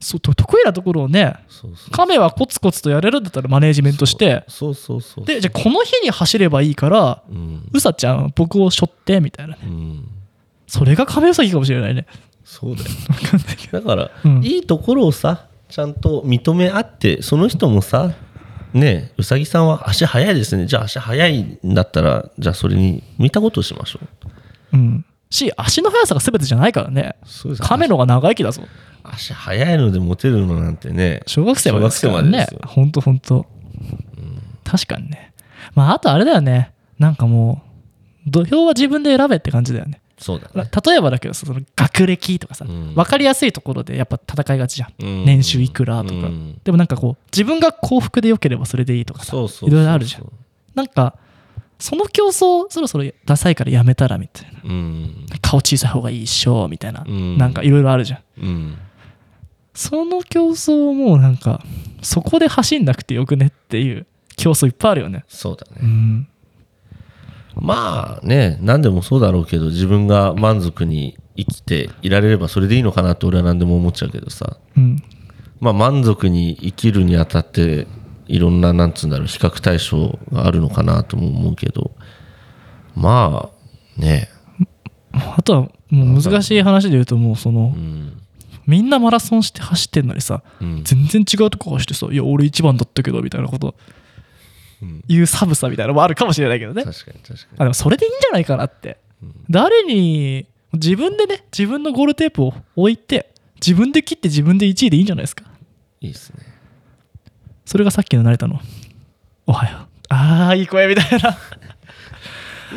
S2: そうと得意なところをね
S3: そうそう。
S2: 亀はコツコツとやれるんだったらマネージメントして
S3: そうそうそう。
S2: でじゃあこの日に走ればいいから
S3: うん。
S2: うさちゃん僕を背負ってみたいなね
S3: うん。
S2: それが亀うさぎかもしれないね
S3: そうだよ。
S2: わかんないけど
S3: だから、
S2: うん
S3: いいところをさ、ちゃんと認め合って、その人もさ、ねえ、うさぎさんは足早いですね。じゃあ足早いんだったら、じゃあそれに見たことをしましょう。
S2: うんし足の速さが全てじゃないからね
S3: そうです
S2: 亀の方が長生きだぞ
S3: 足早いのでモテるのなんてね。
S2: 小学生までですから
S3: 小学生までで
S2: ね
S3: すよ
S2: ほんとほんと確かにねまああとあれだよねなんかもう土俵は自分で選べって感じだよね
S3: そうだ
S2: ら
S3: ね。
S2: 例えばだけどさその学歴とかさ、
S3: うん
S2: 分かりやすいところでやっぱ戦いがちじゃん、
S3: うん
S2: 年収いくらとか、
S3: うん
S2: でもなんかこう自分が幸福で良ければそれでいいとかさ
S3: そうそうそうそう
S2: いろいろあるじゃんなんかその競争そろそろダサいからやめたらみたいな
S3: うん
S2: 顔小さい方がいいっしょみたいな、
S3: うん
S2: なんかいろいろあるじゃん
S3: うん
S2: その競争をもうなんかそこで走んなくてよくねっていう競争いっぱいあるよね
S3: そうだ
S2: う
S3: ね
S2: ん
S3: まあね何でもそうだろうけど自分が満足に生きていられればそれでいいのかなって俺は何でも思っちゃうけどさ
S2: うん
S3: まあ満足に生きるにあたっていろんななんつうんだろう比較対象があるのかなとも思うけどまあね
S2: あとはもう難しい話で言うともうその
S3: うん
S2: みんなマラソンして走ってんのにさ
S3: うん
S2: 全然違うとこ走ってさ「いや俺一番だったけど」みたいなこと言う寒さみたいなのもあるかもしれないけどね
S3: 確かに確
S2: あ
S3: か
S2: でもそれでいいんじゃないかなって
S3: ん
S2: 誰に自分でね自分のゴールテープを置いて自分で切って自分で1位でいいんじゃないですか
S3: いいですね。
S2: それがさっきの成田の「おはよう」ああいい声みたいな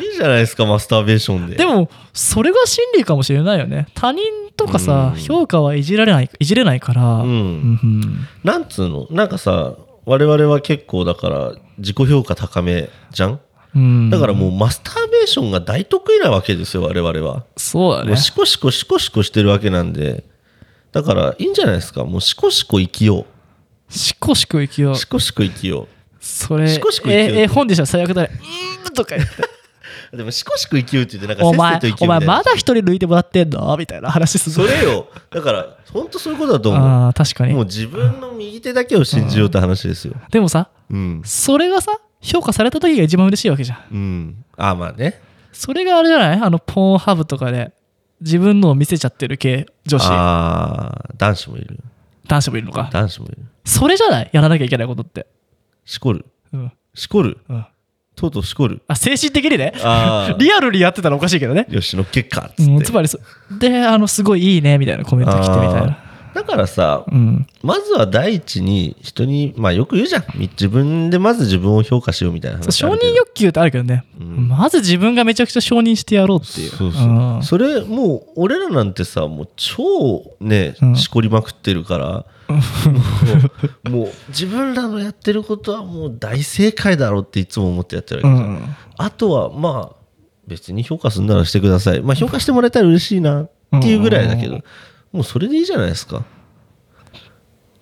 S2: い
S3: いじゃないですか、マスターベーションで。
S2: [laughs] でもそれが真理かもしれないよね他人とかさ
S3: うん
S2: 評価はいじられないいじれないから
S3: うん
S2: うん
S3: なんつうのなんかさ、我々は結構だから自己評価高めじゃん
S2: うん
S3: だからもうマスターベーションが大得意なわけですよ、我々は。
S2: そうだ
S3: も
S2: ね
S3: うシコシコシコシコしてるわけなんで。だからいいんじゃないですか。もうシコシコ生きよ
S2: しこしこ生きよう
S3: う。シコシコ生きよ
S2: それ
S3: しこしこ生きよう
S2: え絵本でしたら最悪だね「うーん」とか言って
S3: [laughs] う。でもシコシコ生きようって言ってなん
S2: 「
S3: かせ
S2: お
S3: っ
S2: 前
S3: せと生き
S2: お
S3: ようみたい
S2: 前
S3: な
S2: まだ一人抜いてもらってんの?」みたいな話す
S3: そ
S2: る
S3: れよ。だから、本当そういうことだと思
S2: ああ確か
S3: う。もう
S2: に
S3: 自分の右手だけを信じようって話ですよ。
S2: でもさ
S3: うん。
S2: それがさ評価された時が一番嬉しいわけじゃ
S3: う
S2: ん
S3: ん。あまあね。
S2: それがあれじゃないあのポーンハブとかで自分のを見せちゃってる系女子
S3: ああ、男子もいる。
S2: 男子もいるのか
S3: 男子もいる。
S2: それじゃないやらなきゃいけないことって
S3: しこる。
S2: うん
S3: しこる。
S2: うん
S3: とうとうしこる。
S2: あ精神的にね
S3: ああ。
S2: [laughs] リアルにやってたらおかしいけどね
S3: よし、のっけっか。つ
S2: う
S3: って。
S2: んつまりそであのすごいいいねみたいなコメント来てみたいな
S3: あーだからさ、
S2: うん
S3: まずは第一に人に、まあよく言うじゃん。み自分でまず自分を評価しようみたいな
S2: そう
S3: 話
S2: 承
S3: あるけ
S2: 認
S3: ど。
S2: 欲求ってあるけどね、
S3: うん
S2: まず自分がめちゃくちゃ承認してやろうっていう
S3: そうそう、
S2: ん
S3: それもう俺らなんてさもう超ね
S2: うん
S3: しこりまくってる
S2: [laughs]
S3: から、もうもう自分らのやってることはもう大正解だろうっていつも思ってやってるわけ
S2: う
S3: ど、
S2: ん
S3: あとはまあ別に評価するならしてくださいまあ評価してもらえたら嬉しいなっていうぐらいだけど、もうそれでいいじゃないですか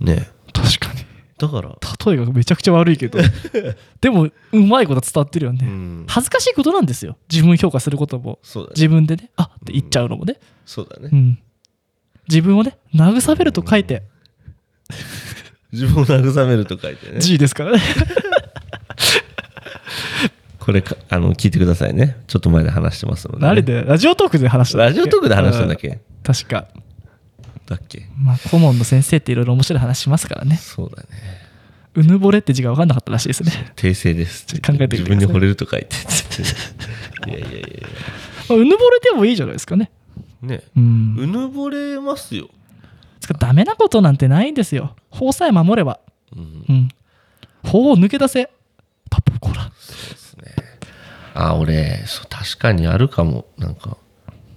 S3: ね
S2: 確かに
S3: だから
S2: 例えがめちゃくちゃ悪い
S3: [laughs]
S2: けどでもうまいこと伝わってるよね、
S3: うん
S2: 恥ずかしいことなんですよ自分評価することも
S3: そうだね
S2: 自分でねあって言っちゃうのもね、
S3: そうだね
S2: うん自分をね慰めると書いて
S3: 自分を慰めると書いてね
S2: G ですからね
S3: これかあの聞いてくださいねちょっと前で話してますので、ね、
S2: 何でラジオトークで話したんだっ
S3: ラ
S2: け
S3: ジオトークで話したんだっけ、
S2: うん確か
S3: だっけ
S2: まあ顧問の先生っていろいろ面白い話しますからね
S3: そうだね
S2: うぬぼれって字が分かんなかったらしいですね
S3: 訂正です
S2: ちょっと考えてみて
S3: 自
S2: ください
S3: 分に惚れると書いていやいやいやいや
S2: まあうぬぼれてもいいじゃないですかね
S3: ね
S2: うん
S3: うぬぼれますよ、
S2: つかダメなことなんてないんですよ法さえ守れば
S3: うん、
S2: うん法を抜け出せパップコーラ
S3: あ俺そう確かにあるかもなんか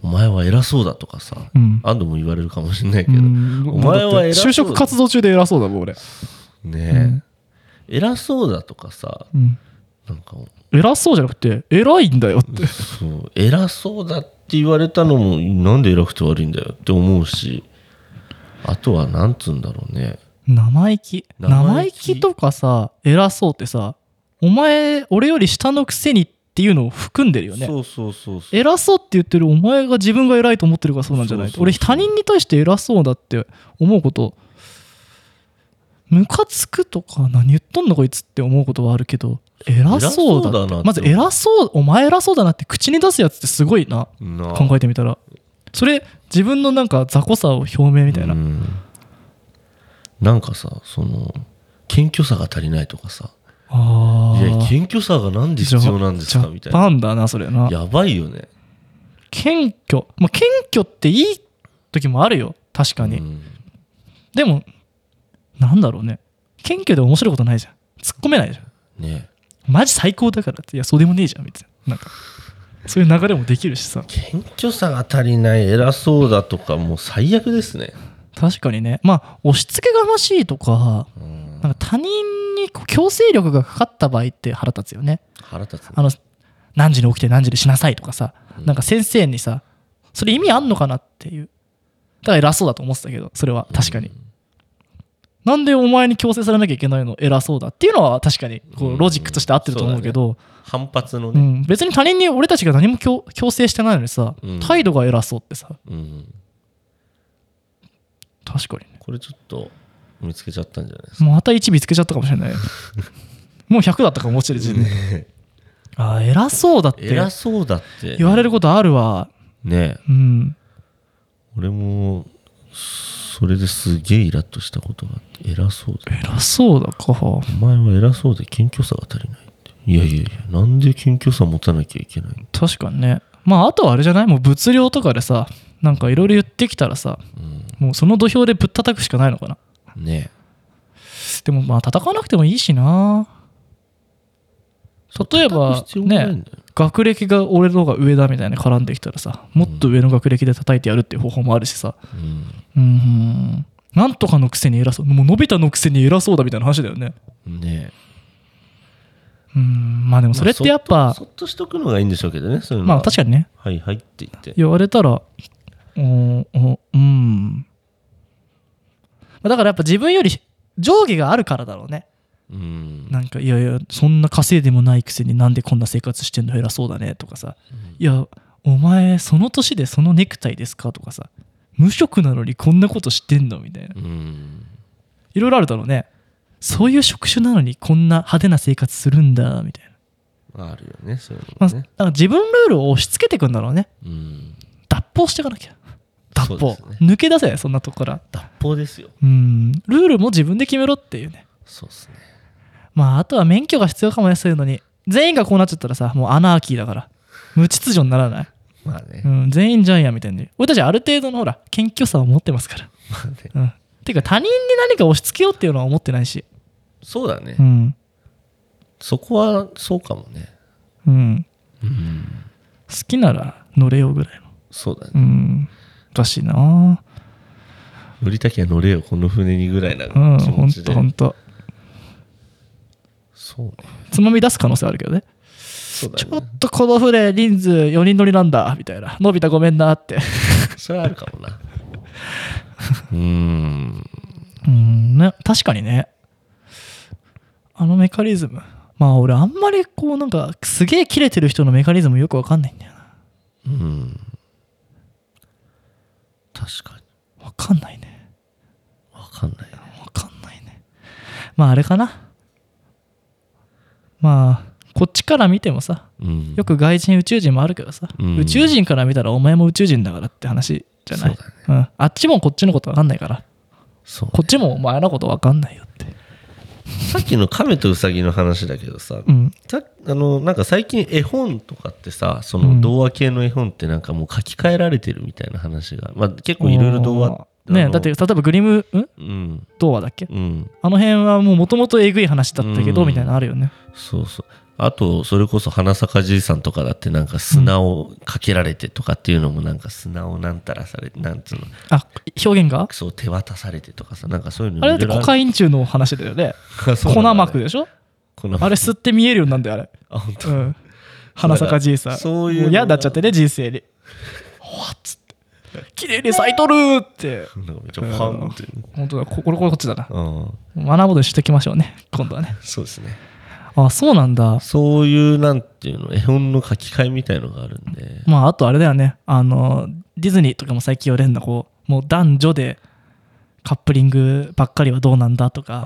S3: お前は偉そうだとかさ、
S2: うん
S3: 何度も言われるかもしれないけ
S2: う
S3: ど、
S2: ん
S3: お前は偉そう
S2: 就職活動中で偉そうだもん俺、
S3: ねえ、偉そうだとかさ
S2: うん、
S3: なんか
S2: 偉そうじゃなくて偉いんだよって
S3: そう偉そうだって言われたのもなんで偉くて悪いんだよって思うしあとはなんつうんだろうね
S2: 生意気生
S3: 生
S2: 意
S3: 意気
S2: 気とかさ偉そうってさお前俺より下のくせにっていうのを含んでるよね
S3: そうそうそうそう
S2: 偉そうって言ってるお前が自分が偉いと思ってるからそうなんじゃない
S3: そうそうそう
S2: 俺他人に対して偉そうだって思うことムカつくとか何言っとんのこいつって思うことはあるけど偉そ
S3: 偉
S2: うだ
S3: そうだなって思う
S2: まず偉そうお前偉そうだなって口に出すやつってすごいな
S3: な
S2: 考えてみたらそれ自分のなんか雑魚さを表明みたいな、
S3: うんなんかさその謙虚さが足りないとかさい
S2: ああ
S3: や謙虚さがなんで必要なんですかみたいな
S2: バンだなそれな
S3: やばいよね
S2: 謙虚まあ謙虚っていい時もあるよ確かに、
S3: うん
S2: でもなんだろうね謙虚で面白いことないじゃん突っ込めないじゃん
S3: ね
S2: マジ最高だからっていやそうでもねえじゃんみたいななんかそういう流れもできるしさ
S3: 謙虚さが足りない偉そうだとかもう最悪ですね
S2: 確かにねまあ押し付けがましいとか
S3: うん
S2: なんか他人にこう強制力がかかった場合って腹立つよね
S3: 腹立つね
S2: あの何時に起きて何時にしなさいとかさ、
S3: うん
S2: なんか先生にさそれ意味あんのかなっていうだから偉そうだと思ってたけどそれは確かに、なんでお前に強制されなきゃいけないの偉そうだっていうのは確かにこ
S3: う
S2: うんロジックとして合ってると思うけど、
S3: 反発の
S2: う
S3: ね
S2: ん、別に他人に俺たちが何も強強制してないのにさ、
S3: うん
S2: 態度が偉そうってさ
S3: うん
S2: 確か
S3: [laughs]
S2: にね
S3: これちょっと見つけちゃったんじゃないですか
S2: また1見つけちゃったかもしれないもう100だったかもしれない、
S3: [laughs]
S2: あー偉そうだって
S3: 偉そうだって
S2: 言われることあるわ
S3: ねえ
S2: うん
S3: 俺もそれですげえイラッとしたことがあって偉そうだ
S2: 偉そうだか
S3: お前は偉そうで謙虚さが足りないっていやいやいやなんで謙虚さ持たなきゃいけないの
S2: 確かにねまああとはあれじゃないもう物量とかでさなんかいろいろ言ってきたらさ、もうその土俵でぶったたくしかないのかな
S3: ね
S2: でもまあ叩かなくてもいいしな例えば
S3: 叩く必要ないんだよ
S2: ね学歴が俺の方が上だみたいに絡んできたらさもっと上の学歴で叩いてやるっていう方法もあるしさ
S3: う
S2: うんうんなんとかのくせに偉そうもうのび太のくせに偉そうだみたいな話だよね
S3: んね
S2: うんまあでもそれってやっ
S3: まあ
S2: ぱ
S3: そっとそっとしとくのがいいんでしょうけどねそういうの
S2: まあ確かにね
S3: かはいはいって言って
S2: 言われたらおーおうんまあだからやっぱ自分より上下があるからだろうね
S3: うん
S2: なんかいやいやそんな稼いでもないくせになんでこんな生活してんの偉そうだねとかさ、いやお前その年でそのネクタイですかとかさ無職なのにこんなことしてんのみたいな
S3: うん
S2: いろいろあるだろうねそういう職種なのにこんな派手な生活するんだみたいな、
S3: あるよねそういう
S2: ま
S3: のね
S2: あ、だから自分ルールを押し付けてくんだろうね
S3: うん
S2: 脱法していかなきゃ脱
S3: そう
S2: 法、
S3: です
S2: 抜け出せそんなとこから
S3: 棒ですよ
S2: うんルールも自分で決めろっていうね
S3: そうですね
S2: まああとは免許が必要かもねそういうのに全員がこうなっちゃったらさもうアナーキーだから無秩序にならない、
S3: まあね
S2: うん、全員ジャイアンみたいに俺たちある程度のほら謙虚さを持ってますから、
S3: まあね
S2: うん、ていうか他人に何か押し付けようっていうのは思ってないし
S3: そうだね
S2: うん
S3: そこはそうかもね
S2: うん好きなら乗れよぐらいの
S3: そうだね
S2: うんおかしいな
S3: 乗りたきゃ乗れよこの船にぐらいな
S2: うん
S3: 気
S2: ほ
S3: 持
S2: ん
S3: ちで
S2: とほんと
S3: そうね
S2: つまみ出す可能性あるけどね
S3: そう
S2: ち
S3: だ
S2: ょ
S3: ね
S2: っとこの船人数4人乗りなんだみたいなのび太ごめんなって
S3: それはあるかもなうーん
S2: うんね確かにねあのメカニズムまあ俺あんまりこうなんかすげえ切れてる人のメカニズムよくわかんないんだよな
S3: うん確かに
S2: わかんないね
S3: わかんないね
S2: わかんないねまああれかなまあこっちから見てもさ
S3: うん
S2: よく外人宇宙人もあるけどさ、
S3: うん
S2: 宇宙人から見たらお前も宇宙人だからって話じゃない
S3: そう
S2: うん、あっちもこっちのことわかんないから
S3: そう
S2: こっちもお前のことわかんないよって
S3: さっきの亀とウサギの話だけどさ、
S2: うん
S3: さあのなんか最近絵本とかってさそ
S2: うん
S3: の童話系の絵本ってなんかもう書き換えられてるみたいな話が、まあ、結構いろいろ童話あ
S2: ね
S3: の
S2: だって例えばグリムん
S3: うん
S2: 童話だっけ
S3: うん
S2: あの辺はもうもともとえぐい話だったけど
S3: うん
S2: みたいなのあるよね。
S3: そうそうあとそれこそ花咲かじいさんとかだってなんか砂をかけられてとかっていうのもなんか砂をなんたらされてなんつうの
S2: あ表現が
S3: そう手渡されてとかさなんかそういうの
S2: あれだってコカ
S3: イ
S2: イン中の話だよ
S3: [laughs]
S2: ね。粉膜でしょあれ吸って見えるようになんだよあれ。
S3: [laughs] あ本当
S2: うん。花咲かじいさん。
S3: そういうの
S2: も嫌になっちゃってね人生に。ほわっつって。綺麗に咲いとるって。
S3: なんかめっちゃパンって、
S2: 本当だ、ここれこれこっちだな。
S3: うん、
S2: 学ぶとしておきましょうね、今度はね。
S3: そうですね
S2: あ、そうなんだ。
S3: そういうなんていうの絵本の書き換えみたいのがあるんで
S2: まあ、あとあれだよね。あの、ディズニーとかも最近言われるのこう、もう男女でカップリングばっかりはどうなんだとか。
S3: あ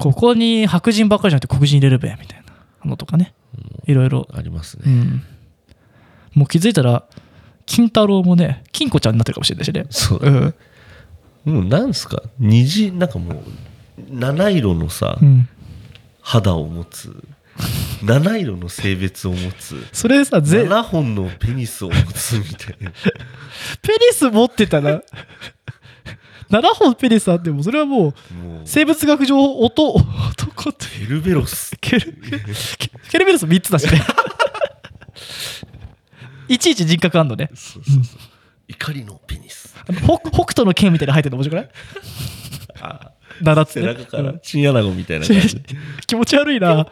S2: ここに白人ばっかりじゃなくて黒人入れるべみたいなのとかねいろいろ、
S3: ああります
S2: う
S3: ね
S2: ん、もう気づいたら金太郎もね金子ちゃんになってるかもしれないしね
S3: そう
S2: うん
S3: もうなんすか虹なんかもう七色のさ、
S2: うん、
S3: 肌を持つ七色の性別を持つ
S2: それさぜペ
S3: 7本のペニスを持つみたいな
S2: ニス持ってたら7本ペニスあってもそれはもう
S3: もう
S2: 生物学上音男と
S3: ヘ
S2: いう
S3: ルベロス
S2: ケ
S3: [laughs]
S2: ルケケルベルス3つだしねいちいち人格あんのね
S3: そうそうそう怒りのペニス
S2: あの北北斗の剣みたいなの入ってるの面白くない
S3: あ
S2: 7つ
S3: 背
S2: ね
S3: 中か
S2: う
S3: ら
S2: ん
S3: チンアナゴみたいな
S2: 違う
S3: 感
S2: 違
S3: じ
S2: う [laughs] 気持ち悪いな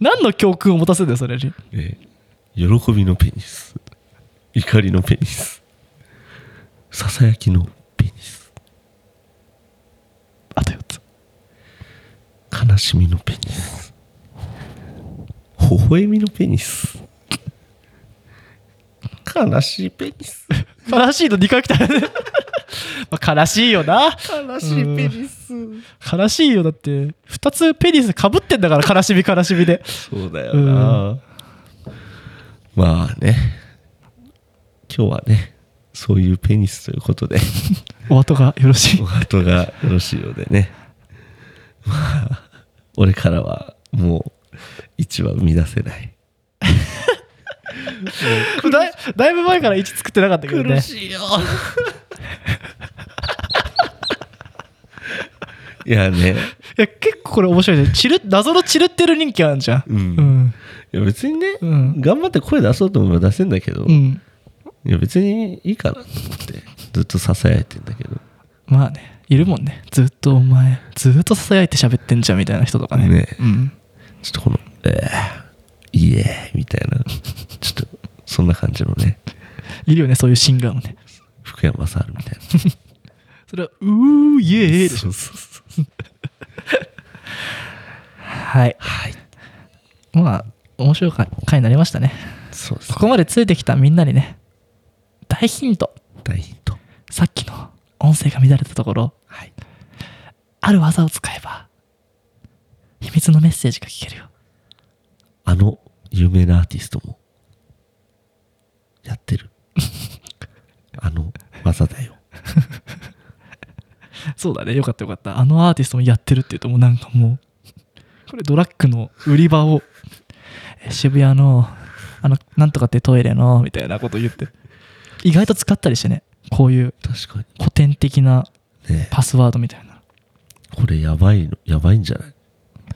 S2: 何の教訓を持たせるんだよそれに
S3: [laughs] えー喜びのペニス怒りのペニスささやきのペニス
S2: あと4つ
S3: 悲しみのペニス微笑みのペニス悲しいペニス
S2: 悲しいの2回来た [laughs] よねまあ悲しいよな
S3: 悲しいペニス
S2: 悲しいよだって2つペニスかぶってんだから悲しみ悲しみで
S3: そうだよなまあね今日はねそういうペニスということで
S2: お後がよろしい
S3: お後がよろしいようでねまあ俺からはもう一話生み出せない
S2: だいだいぶ前から1作ってなかったけどね
S3: 苦しいよ。いやね、
S2: いや結構これ面白いねチル謎のチルってる人気あるじゃん
S3: うんいや別にね、
S2: うん
S3: 頑張って声出そうと思えば出せんだけど、
S2: うん、う
S3: い
S2: ん、
S3: や別にいいかなと思って、ずっとささやいてんだけど。
S2: まあねいるもんねずっとお前ずっとささやいて喋ってんじゃんみたいな人とかね
S3: ね
S2: うん、
S3: ちょっとこの、えー、イエーイみたいな、ちょっとそんな感じのね、
S2: いるよねそういうシンガーもね
S3: 福山雅治みたいな。
S2: それは「うーイエーイ」でしょ
S3: そうそうそう
S2: はい
S3: はい。
S2: まあ面白い回回になりましたね
S3: そうです
S2: こ。こまでついてきたみんなにね大ヒント
S3: 大ヒント。
S2: さっきの音声が乱れたところ、ある技を使えば秘密のメッセージが聞けるよ
S3: あの有名なアーティストもやってる [laughs] あの技だよ
S2: そうだねよかったよかったあのアーティストもやってるっていうともうなんかもうこれドラッグの売り場をえ渋谷のあのなんとかってトイレのみたいなこと [laughs] 言って意外と使ったりしてねこういう
S3: 確か
S2: 古典的な
S3: にね
S2: パスワードみたいな
S3: これやばいのやばいんじゃない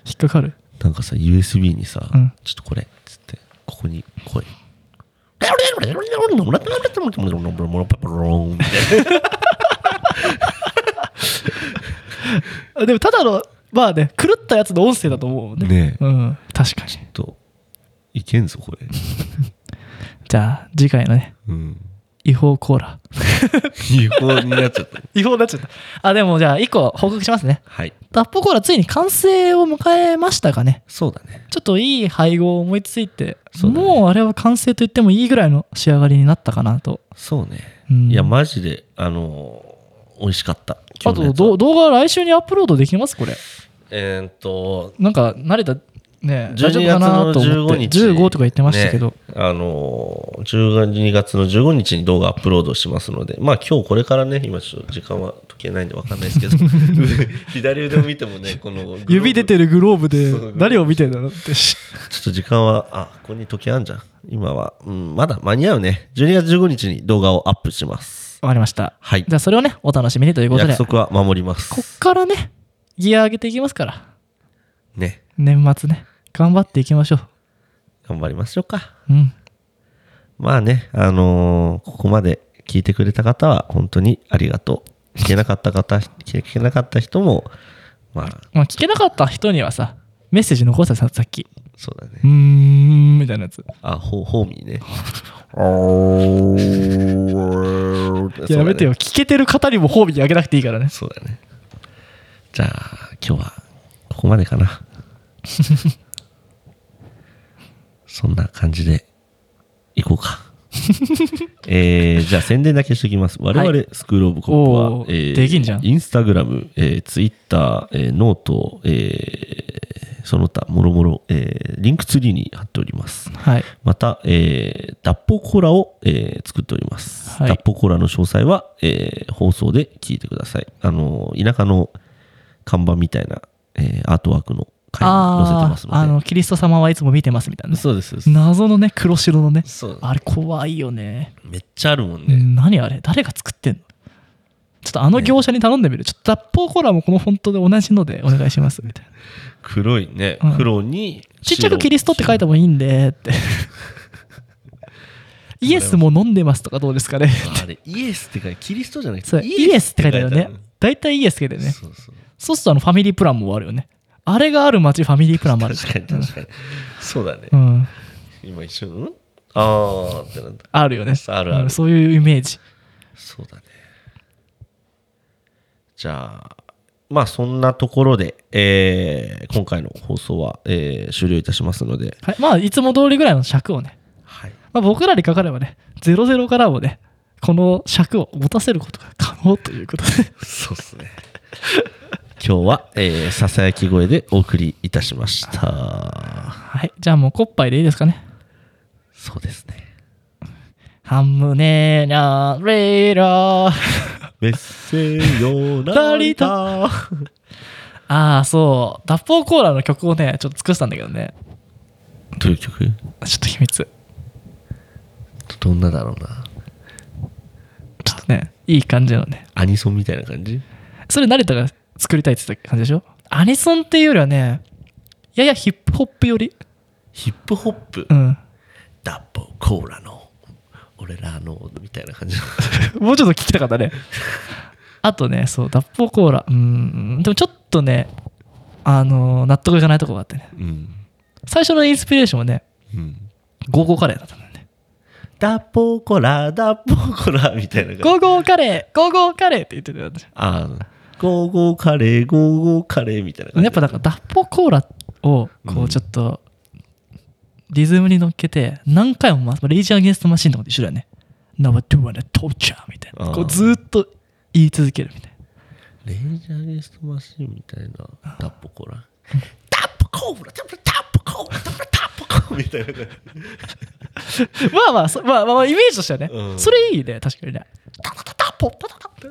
S2: 引っかかる
S3: なんかさ USB にさ、
S2: うん
S3: ちょっとこれっつってここに声
S2: あでもただのまあね狂ったやつの音声だと思うね
S3: [laughs] ねえ
S2: うん確かに
S3: といけんぞこれ
S2: じゃあ次回のね
S3: うん
S2: 違法コーラ
S3: 違法になっちゃった
S2: 違法になっちゃったあでもじゃあ1個報告しますね
S3: はい
S2: ダッポコーラついに完成を迎えましたかね
S3: そうだね
S2: ちょっといい配合を思いついて
S3: そうだね
S2: もうあれは完成と言ってもいいぐらいの仕上がりになったかなと、
S3: そうね、
S2: うん
S3: いやマジであのー美味しかった
S2: あとどう動画来週にアップロードできますこれ
S3: えーっと
S2: なんか慣れたね大丈夫
S3: 12月
S2: かな
S3: の
S2: と思って
S3: 15日
S2: 15とか言ってましたけど、
S3: ねあのー12月の15日に動画アップロードしますのでまあ今日これからね今ちょっと時間は時計ないんで分かんないですけ
S2: [laughs]
S3: ど左腕を見てもねこの
S2: 指出てるグローブで
S3: そう
S2: 何を見てんだろうってし
S3: ちょっと時間はあここに時計あんじゃん今は、うん、まだ間に合うね12月15日に動画をアップします
S2: [laughs] わかりました
S3: はい
S2: じゃあそれをねお楽しみにということで
S3: 約
S2: こ
S3: 束は守ります
S2: っからねギア上げていきますから
S3: ね
S2: 年末ね頑張っていきましょ
S3: 頑張りましょうか
S2: ううん
S3: まあね、あのーここまで聞いてくれた方は本当にありがとう。聞けなかった方、聞けなかった人も、まあ、
S2: まあ聞けなかった人にはさメッセージ残したささっき
S3: そうだね。
S2: うーんみたいなやつ
S3: あ、ホホーミーね。おー
S2: やめてよ、。聞けてる方にも褒美にあげなくていいからね
S3: そうだねそうだね。じゃあ、今日はここまでかな。 [laughs] そんな感じで、いこう
S2: [laughs]
S3: か。えーじゃあ宣伝だけしておきます。我々、
S2: は
S3: スクールオブコップは、
S2: おーできんじゃん
S3: インスタグラム、えー、ツイッター、えーノート、えーその他、もろもろ、えーリンクツリーに貼っております。
S2: はい
S3: また、えー、脱法コーラを、えー作っております。
S2: はい
S3: 脱法コーラの詳細は、えー放送で聞いてください。あのー、田舎の看板みたいな、えーアートワークの回に載せてます
S2: あーあ
S3: の
S2: のキリスト様はいつも見てますみたいな
S3: で。
S2: ね
S3: そうです。そうです
S2: 謎のね黒白のね
S3: そう
S2: あれ怖いよね
S3: めっちゃあるもんね。
S2: 何あれ誰が作ってんのちょっとあの業者に頼んでみる、ちょっと脱法コーラもこのフォントで同じのでお願いしますみたいな
S3: 黒いね、
S2: うん
S3: 黒に
S2: ちっちゃく
S3: 白
S2: キリストって書いてもいいんでってイエスも飲んでますとかどうですかね
S3: あれイエスって書いてキリストじゃなく
S2: [laughs] そう
S3: て
S2: イエスって書いてあるよね
S3: る
S2: 大体イエスって書いてあるね
S3: そうそう
S2: そうするとあのファミリープランもあるよねあれがある街ファミリープランもある
S3: 確かに確かにそうだね
S2: うん、
S3: 今一瞬んああってなった
S2: あるよね
S3: あるある
S2: うんそういうイメージ
S3: そうだね。じゃあ、まあそんなところで、えー今回の放送は、えー終了いたしますので、
S2: はいまあいつも通りぐらいの尺をね、
S3: はい、
S2: まあ、僕らにかかればね00からもねこの尺を持たせることが可能ということで
S3: そうですね。今日は、えーささやき声でお送りいたしました。
S2: [laughs] はいじゃあもうコッパイでいいですかね
S3: そうですね。
S2: ハムネナレイ [laughs] ラー
S3: メッセよ
S2: なりた [laughs] ああそう脱法コーラの曲をねちょっと作ってたんだけどね
S3: どういう曲
S2: ちょっと秘密
S1: どんなだろうな
S2: ちょっとねいい感じのね
S1: アニソンみたいな感じ
S2: それ成田が作りたいって言った感じでしょアニソンっていうよりはねややヒップホップより
S1: ヒップホップ
S2: うん
S1: ダッポコーラの俺らのみたいな感じの
S2: もうちょっと聞きたかったね。あとね、そう、脱法コーラ。うーん、でもちょっとね、あのー納得いかないとこがあってね。
S1: うん
S2: 最初のインスピレーションはね、
S1: うん
S2: ゴーゴーカレーだったんだよね。
S1: ダッポコーラダッポコーラみたいな感
S2: ゴ
S1: じ
S2: ーゴーカレーゴーゴーカレーって言ってたよ私
S1: ああゴーゴーカレーゴーゴーカレーみたいな感じ
S2: やっぱなんか脱法コーラを、こ
S1: うん
S2: う、ちょっと、リズムに乗っけて、何回も回す。レイジー・アゲンスト・マシンとかと一緒だよね。Now I do w a n a torture みたいな。こ
S1: あー
S2: う、ずーっと言い続けるみたいな。
S1: レイジャーゲストマシンみたいなダッポコーラダッポコーラダッポダッポコーラダッポダッポコーラみたいな感じ
S2: まあまあ、そまあまあまあ、イメージとしてはね、
S1: うん
S2: それいいね、確かにね。タタタタポタタタポ
S1: ダダ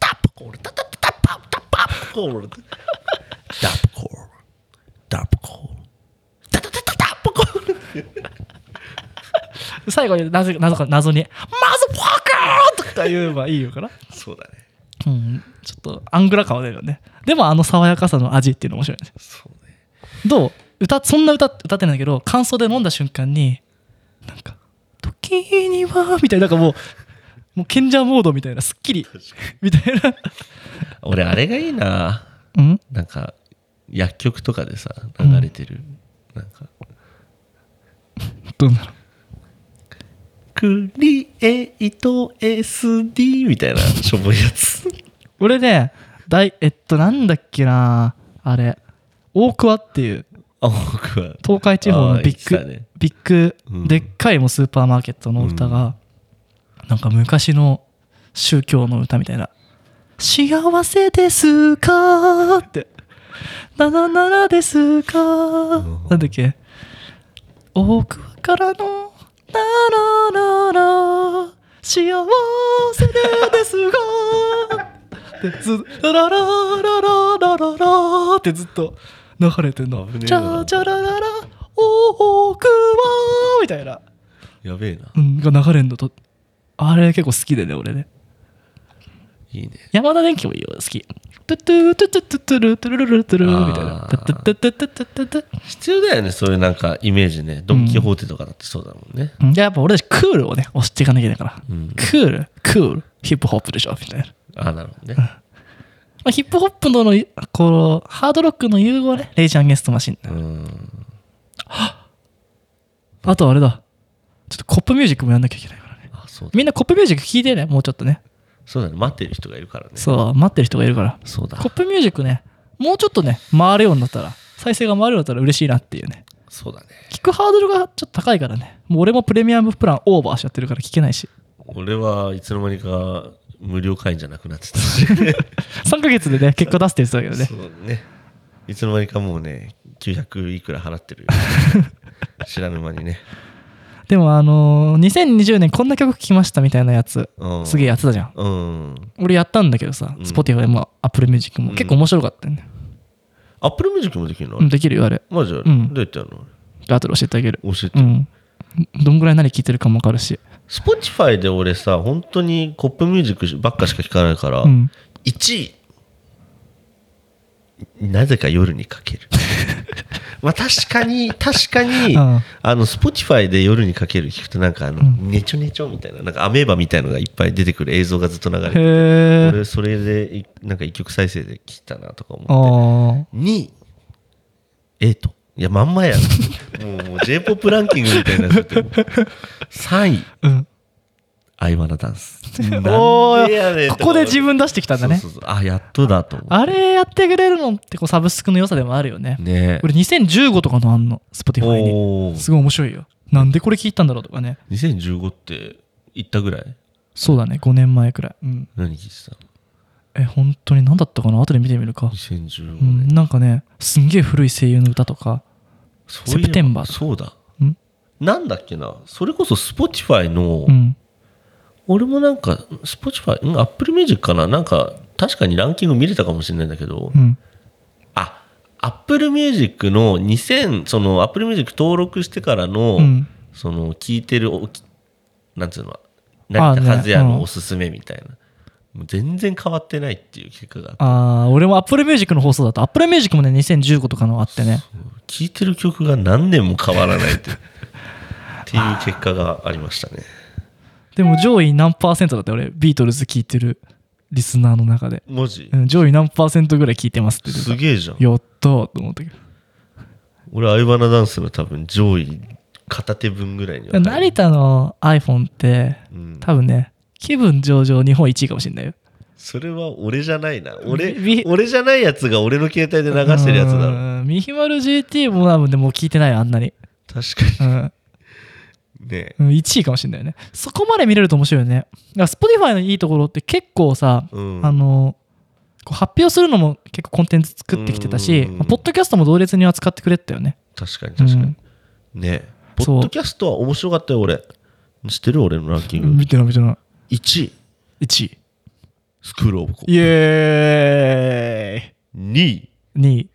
S1: ダッポコーラダダダッパダッパッコーラダッポコーラダッポコーラダダダダダッポコーラ
S2: 最後になぜなぜか謎に「マズファーカー!」とか言えばいいのかな、
S1: そうだね
S2: うん、ちょっとアングラ感は出るよねでもあの爽やかさの味っていうの面白いね
S1: そうね
S2: どう歌そんな歌歌ってないんだけど感想で飲んだ瞬間になんか「時には」みたいななんかもうもう賢者モードみたいなすっきりみたいな
S1: 俺あれがいいな
S2: うん
S1: なんか薬局とかでさ流れてる、なんか
S2: どうなの
S1: クリエイト SD みたいなしょぼいやつ
S2: 俺ね大えっとなんだっけなあれ大桑っていう
S1: あ僕は
S2: 東海地方のビッ
S1: あー言ってた
S2: グ、
S1: ね
S2: ビッグ、
S1: うん
S2: でっかいもうスーパーマーケットの歌が、なんか昔の宗教の歌みたいな「幸せですか?」って「ななななですか?」
S1: ん
S2: なんだっけ「奥からのなななな幸せですが」ってずっと「ラララララララ」ってずっと流れてんの
S1: 危ねえな
S2: チャチャラララ多くはみたいな、
S1: やべえな
S2: うん、が流れんのとあれ結構好きでね俺ね
S1: いいね
S2: 山田電機もいいよ好きトゥトゥトゥトゥトゥトゥルトゥルルルトゥルみたいな
S1: あ
S2: ト
S1: ー
S2: ゥトゥトゥトゥトゥトゥトゥ
S1: 必要だよねそういうなんかイメージねドン・キホーテとかだってそうだもんね、
S2: うんやっぱ俺たちクールをね押していかなきゃいけないから、
S1: うん
S2: クールクールヒップホップでしょみたいな、ま
S1: ああなるほどね
S2: あ、ヒップホップとのこうハードロックの融合ねレイジャンゲストマシン
S1: うん
S2: あとあれだちょっとコップミュージックもやんなきゃいけないからね
S1: あそうだ
S2: みんなコップミュージック聞いてねもうちょっとね
S1: そうだね待ってる人がいるからねう
S2: そう待ってる人がいるから
S1: そうだ
S2: コップミュージックねもうちょっとね回るようになったら再生が回るようになったら嬉しいなっていうね
S1: そうだね
S2: 聞くハードルがちょっと高いからねもう俺もプレミアムプランオーバーしちゃってるから聞けないし
S1: 俺はいつの間にか無料会員じゃなくなってたしそう
S2: 3ヶ月でね結果出すって言ってたけどね
S1: ねいつの間にかもうね900いくら払っ
S2: [laughs]
S1: てるよ知らぬ間にね
S2: でもあのー2020年こんな曲聴きましたみたいなやつ
S1: うん
S2: すげえやってたじゃん
S1: うん
S2: 俺やったんだけどさ、
S1: うん
S2: Spotify も Apple Music も結構面白かったよね、
S1: アップルミュージックもできるの、
S2: うん、できるよあれ
S1: マジあれ、
S2: うん
S1: どうやってやるの
S2: 後で教えてあげる
S1: 教えて、
S2: うんどんぐらい何聴いてるかも分かるし
S1: Spotify で俺さ本当にコップミュージックばっかしか聞かないから、
S2: うん
S1: 1位なぜか夜にか [laughs] けるまあ確かに確かに、
S2: うん
S1: あの Spotify で夜にかける聞くとなんかあの、ねちょねちょみたいななんかアメーバみたいのがいっぱい出てくる映像がずっと流れ
S2: へ
S1: て
S2: え
S1: 俺それでいなんか一曲再生で聞いたなとか
S2: あ
S1: 思って
S2: ー
S1: 2位えっといやまんまやなもうもう j p o p ランキングみたいになっちゃってる3位
S2: うん
S1: アイワナダンス
S2: [laughs] お
S1: なんでや
S2: ー
S1: ねん
S2: ことこで自分出してきたんだね
S1: そうそうそうあやっとだと思って
S2: あれやってくれるのってこうサブスクの良さでもあるよね。
S1: ね
S2: 俺2015とかのあんの、Spotify に。
S1: おー
S2: すごい面白いよ。なんでこれ聞いたんだろうとかね。
S1: 2015って行ったぐらい
S2: そうだね、5年前くらい。うん。
S1: 何聞いてたの
S2: え、本当に何だったかな後で見てみるか。
S1: 2015
S2: うん、
S1: 年、
S2: なんかね、すんげえ古い声優の歌とか。
S1: そういえば
S2: セプテンバー
S1: そうだ
S2: うん
S1: なんだっけなそれこそ Spotify の、
S2: うん。
S1: 俺もなんか Spotify うん Apple Music かななんか確かにランキング見れたかもしれないんだけど、
S2: うん。
S1: あアップルミュージックの2000そのアップルミュージック登録してからの、
S2: うん
S1: その聞いてるおきなんつうの成田
S2: あーね
S1: 和也
S2: うん
S1: のおすすめみたいな、もう全然変わってないっていう結果があって
S2: あー俺も Apple Music の放送だと Apple Music もね2015とかのあってね
S1: 聴いてる曲が何年も変わらないって
S2: [laughs]
S1: っていう結果がありましたね
S2: でも上位何パーセントだって俺ビートルズ聴いてるリスナーの中で、
S1: 文字
S2: うん、上位何パーセントぐらい聴いてますって出てた
S1: すげえじゃん
S2: やったーと思ったけど
S1: 俺アイバナダンスの多分上位片手分ぐらいには入る
S2: 成田の iPhone って
S1: うん
S2: 多分ね気分上々日本1位かもしれないよ
S1: それは俺じゃないな
S2: み
S1: 俺俺じゃないやつが俺の携帯で流してるやつだろ
S2: ろミヒマル GT も多分でもう聞いてないよあんなに、
S1: 確
S2: う
S1: か
S2: ん、
S1: にね
S2: うん1位かもしれないよねそこまで見れると面白いよねだから Spotify のいいところって結構さ、
S1: うん
S2: あのこう発表するのも結構コンテンツ作ってきてたし、
S1: うん
S2: まあポッドキャストも同列に扱ってくれてたよね
S1: 確かに確かに、ねポ
S2: そう
S1: ッドキャストは面白かったよ俺知ってる俺のランキング
S2: 見てない見てな
S1: 1位
S2: い1位
S1: スクールオブコ
S2: イエ
S1: 2位
S2: ーイ2位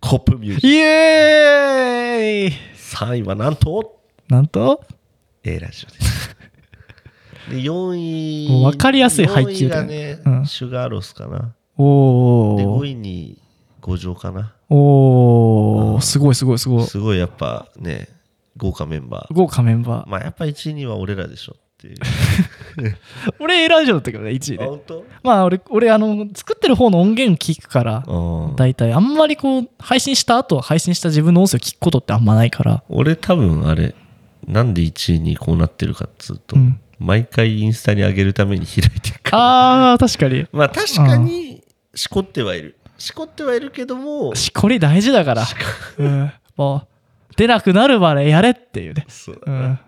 S1: コップミュージック
S2: イエーイ
S1: 3位はなんと
S2: なんと
S1: A ラジオですで4位
S2: もう分かりやすい配給だ
S1: だ
S2: よね
S1: ね、
S2: うん
S1: シュガーロスかな
S2: お
S1: で5
S2: ー
S1: 位に五条かな
S2: おーすごいすごいすごい
S1: すごいやっぱね豪華メンバー
S2: 豪華メンバー
S1: まあやっぱ1位には俺らでしょっていう
S2: 俺 A ラジオだったけどね1位
S1: あ
S2: で
S1: 本当
S2: まあ俺俺あの作ってる方の音源聞くから
S1: うん
S2: 大体あんまりこう配信した後は配信した自分の音声を聞くことってあんまないから
S1: 俺多分あれなんで1位にこうなってるかっつうと、
S2: うん
S1: 毎回インスタに上げるために開いてるから
S2: あー確かに
S1: まあ確かにしこってはいるしこってはいるけども
S2: しこり大事だからうんもう出なくなるまでやれっていうね
S1: そう
S2: う
S1: だな、
S2: ん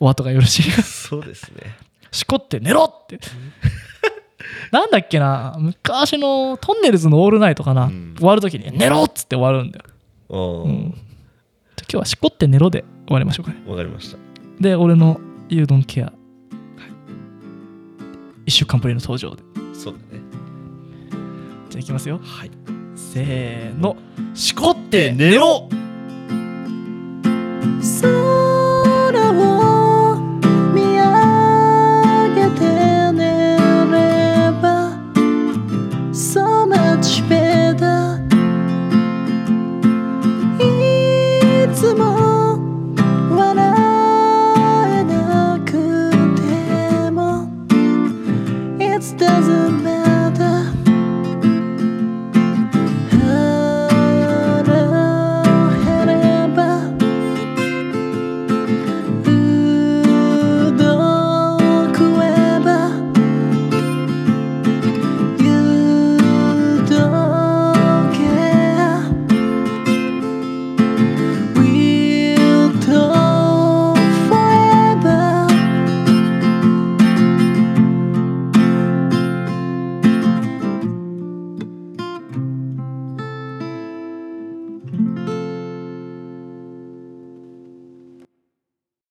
S2: お後がよろしい [laughs] か
S1: そうですね
S2: しこって寝ろって。なんだっけな昔のトンネルズの「オールナイト」かな、
S1: うん
S2: 終わる時に「寝ろ!」っつって終わるんだよ、
S1: う
S2: う
S1: ん
S2: んじゃあ今日は「しこって寝ろ」で終わりましょうかね
S1: わかりました
S2: で俺の「You don't care」1週間ぶりの登場で
S1: そうだね
S2: じゃあいきますよ
S1: はい
S2: せーの「しこって寝ろ!」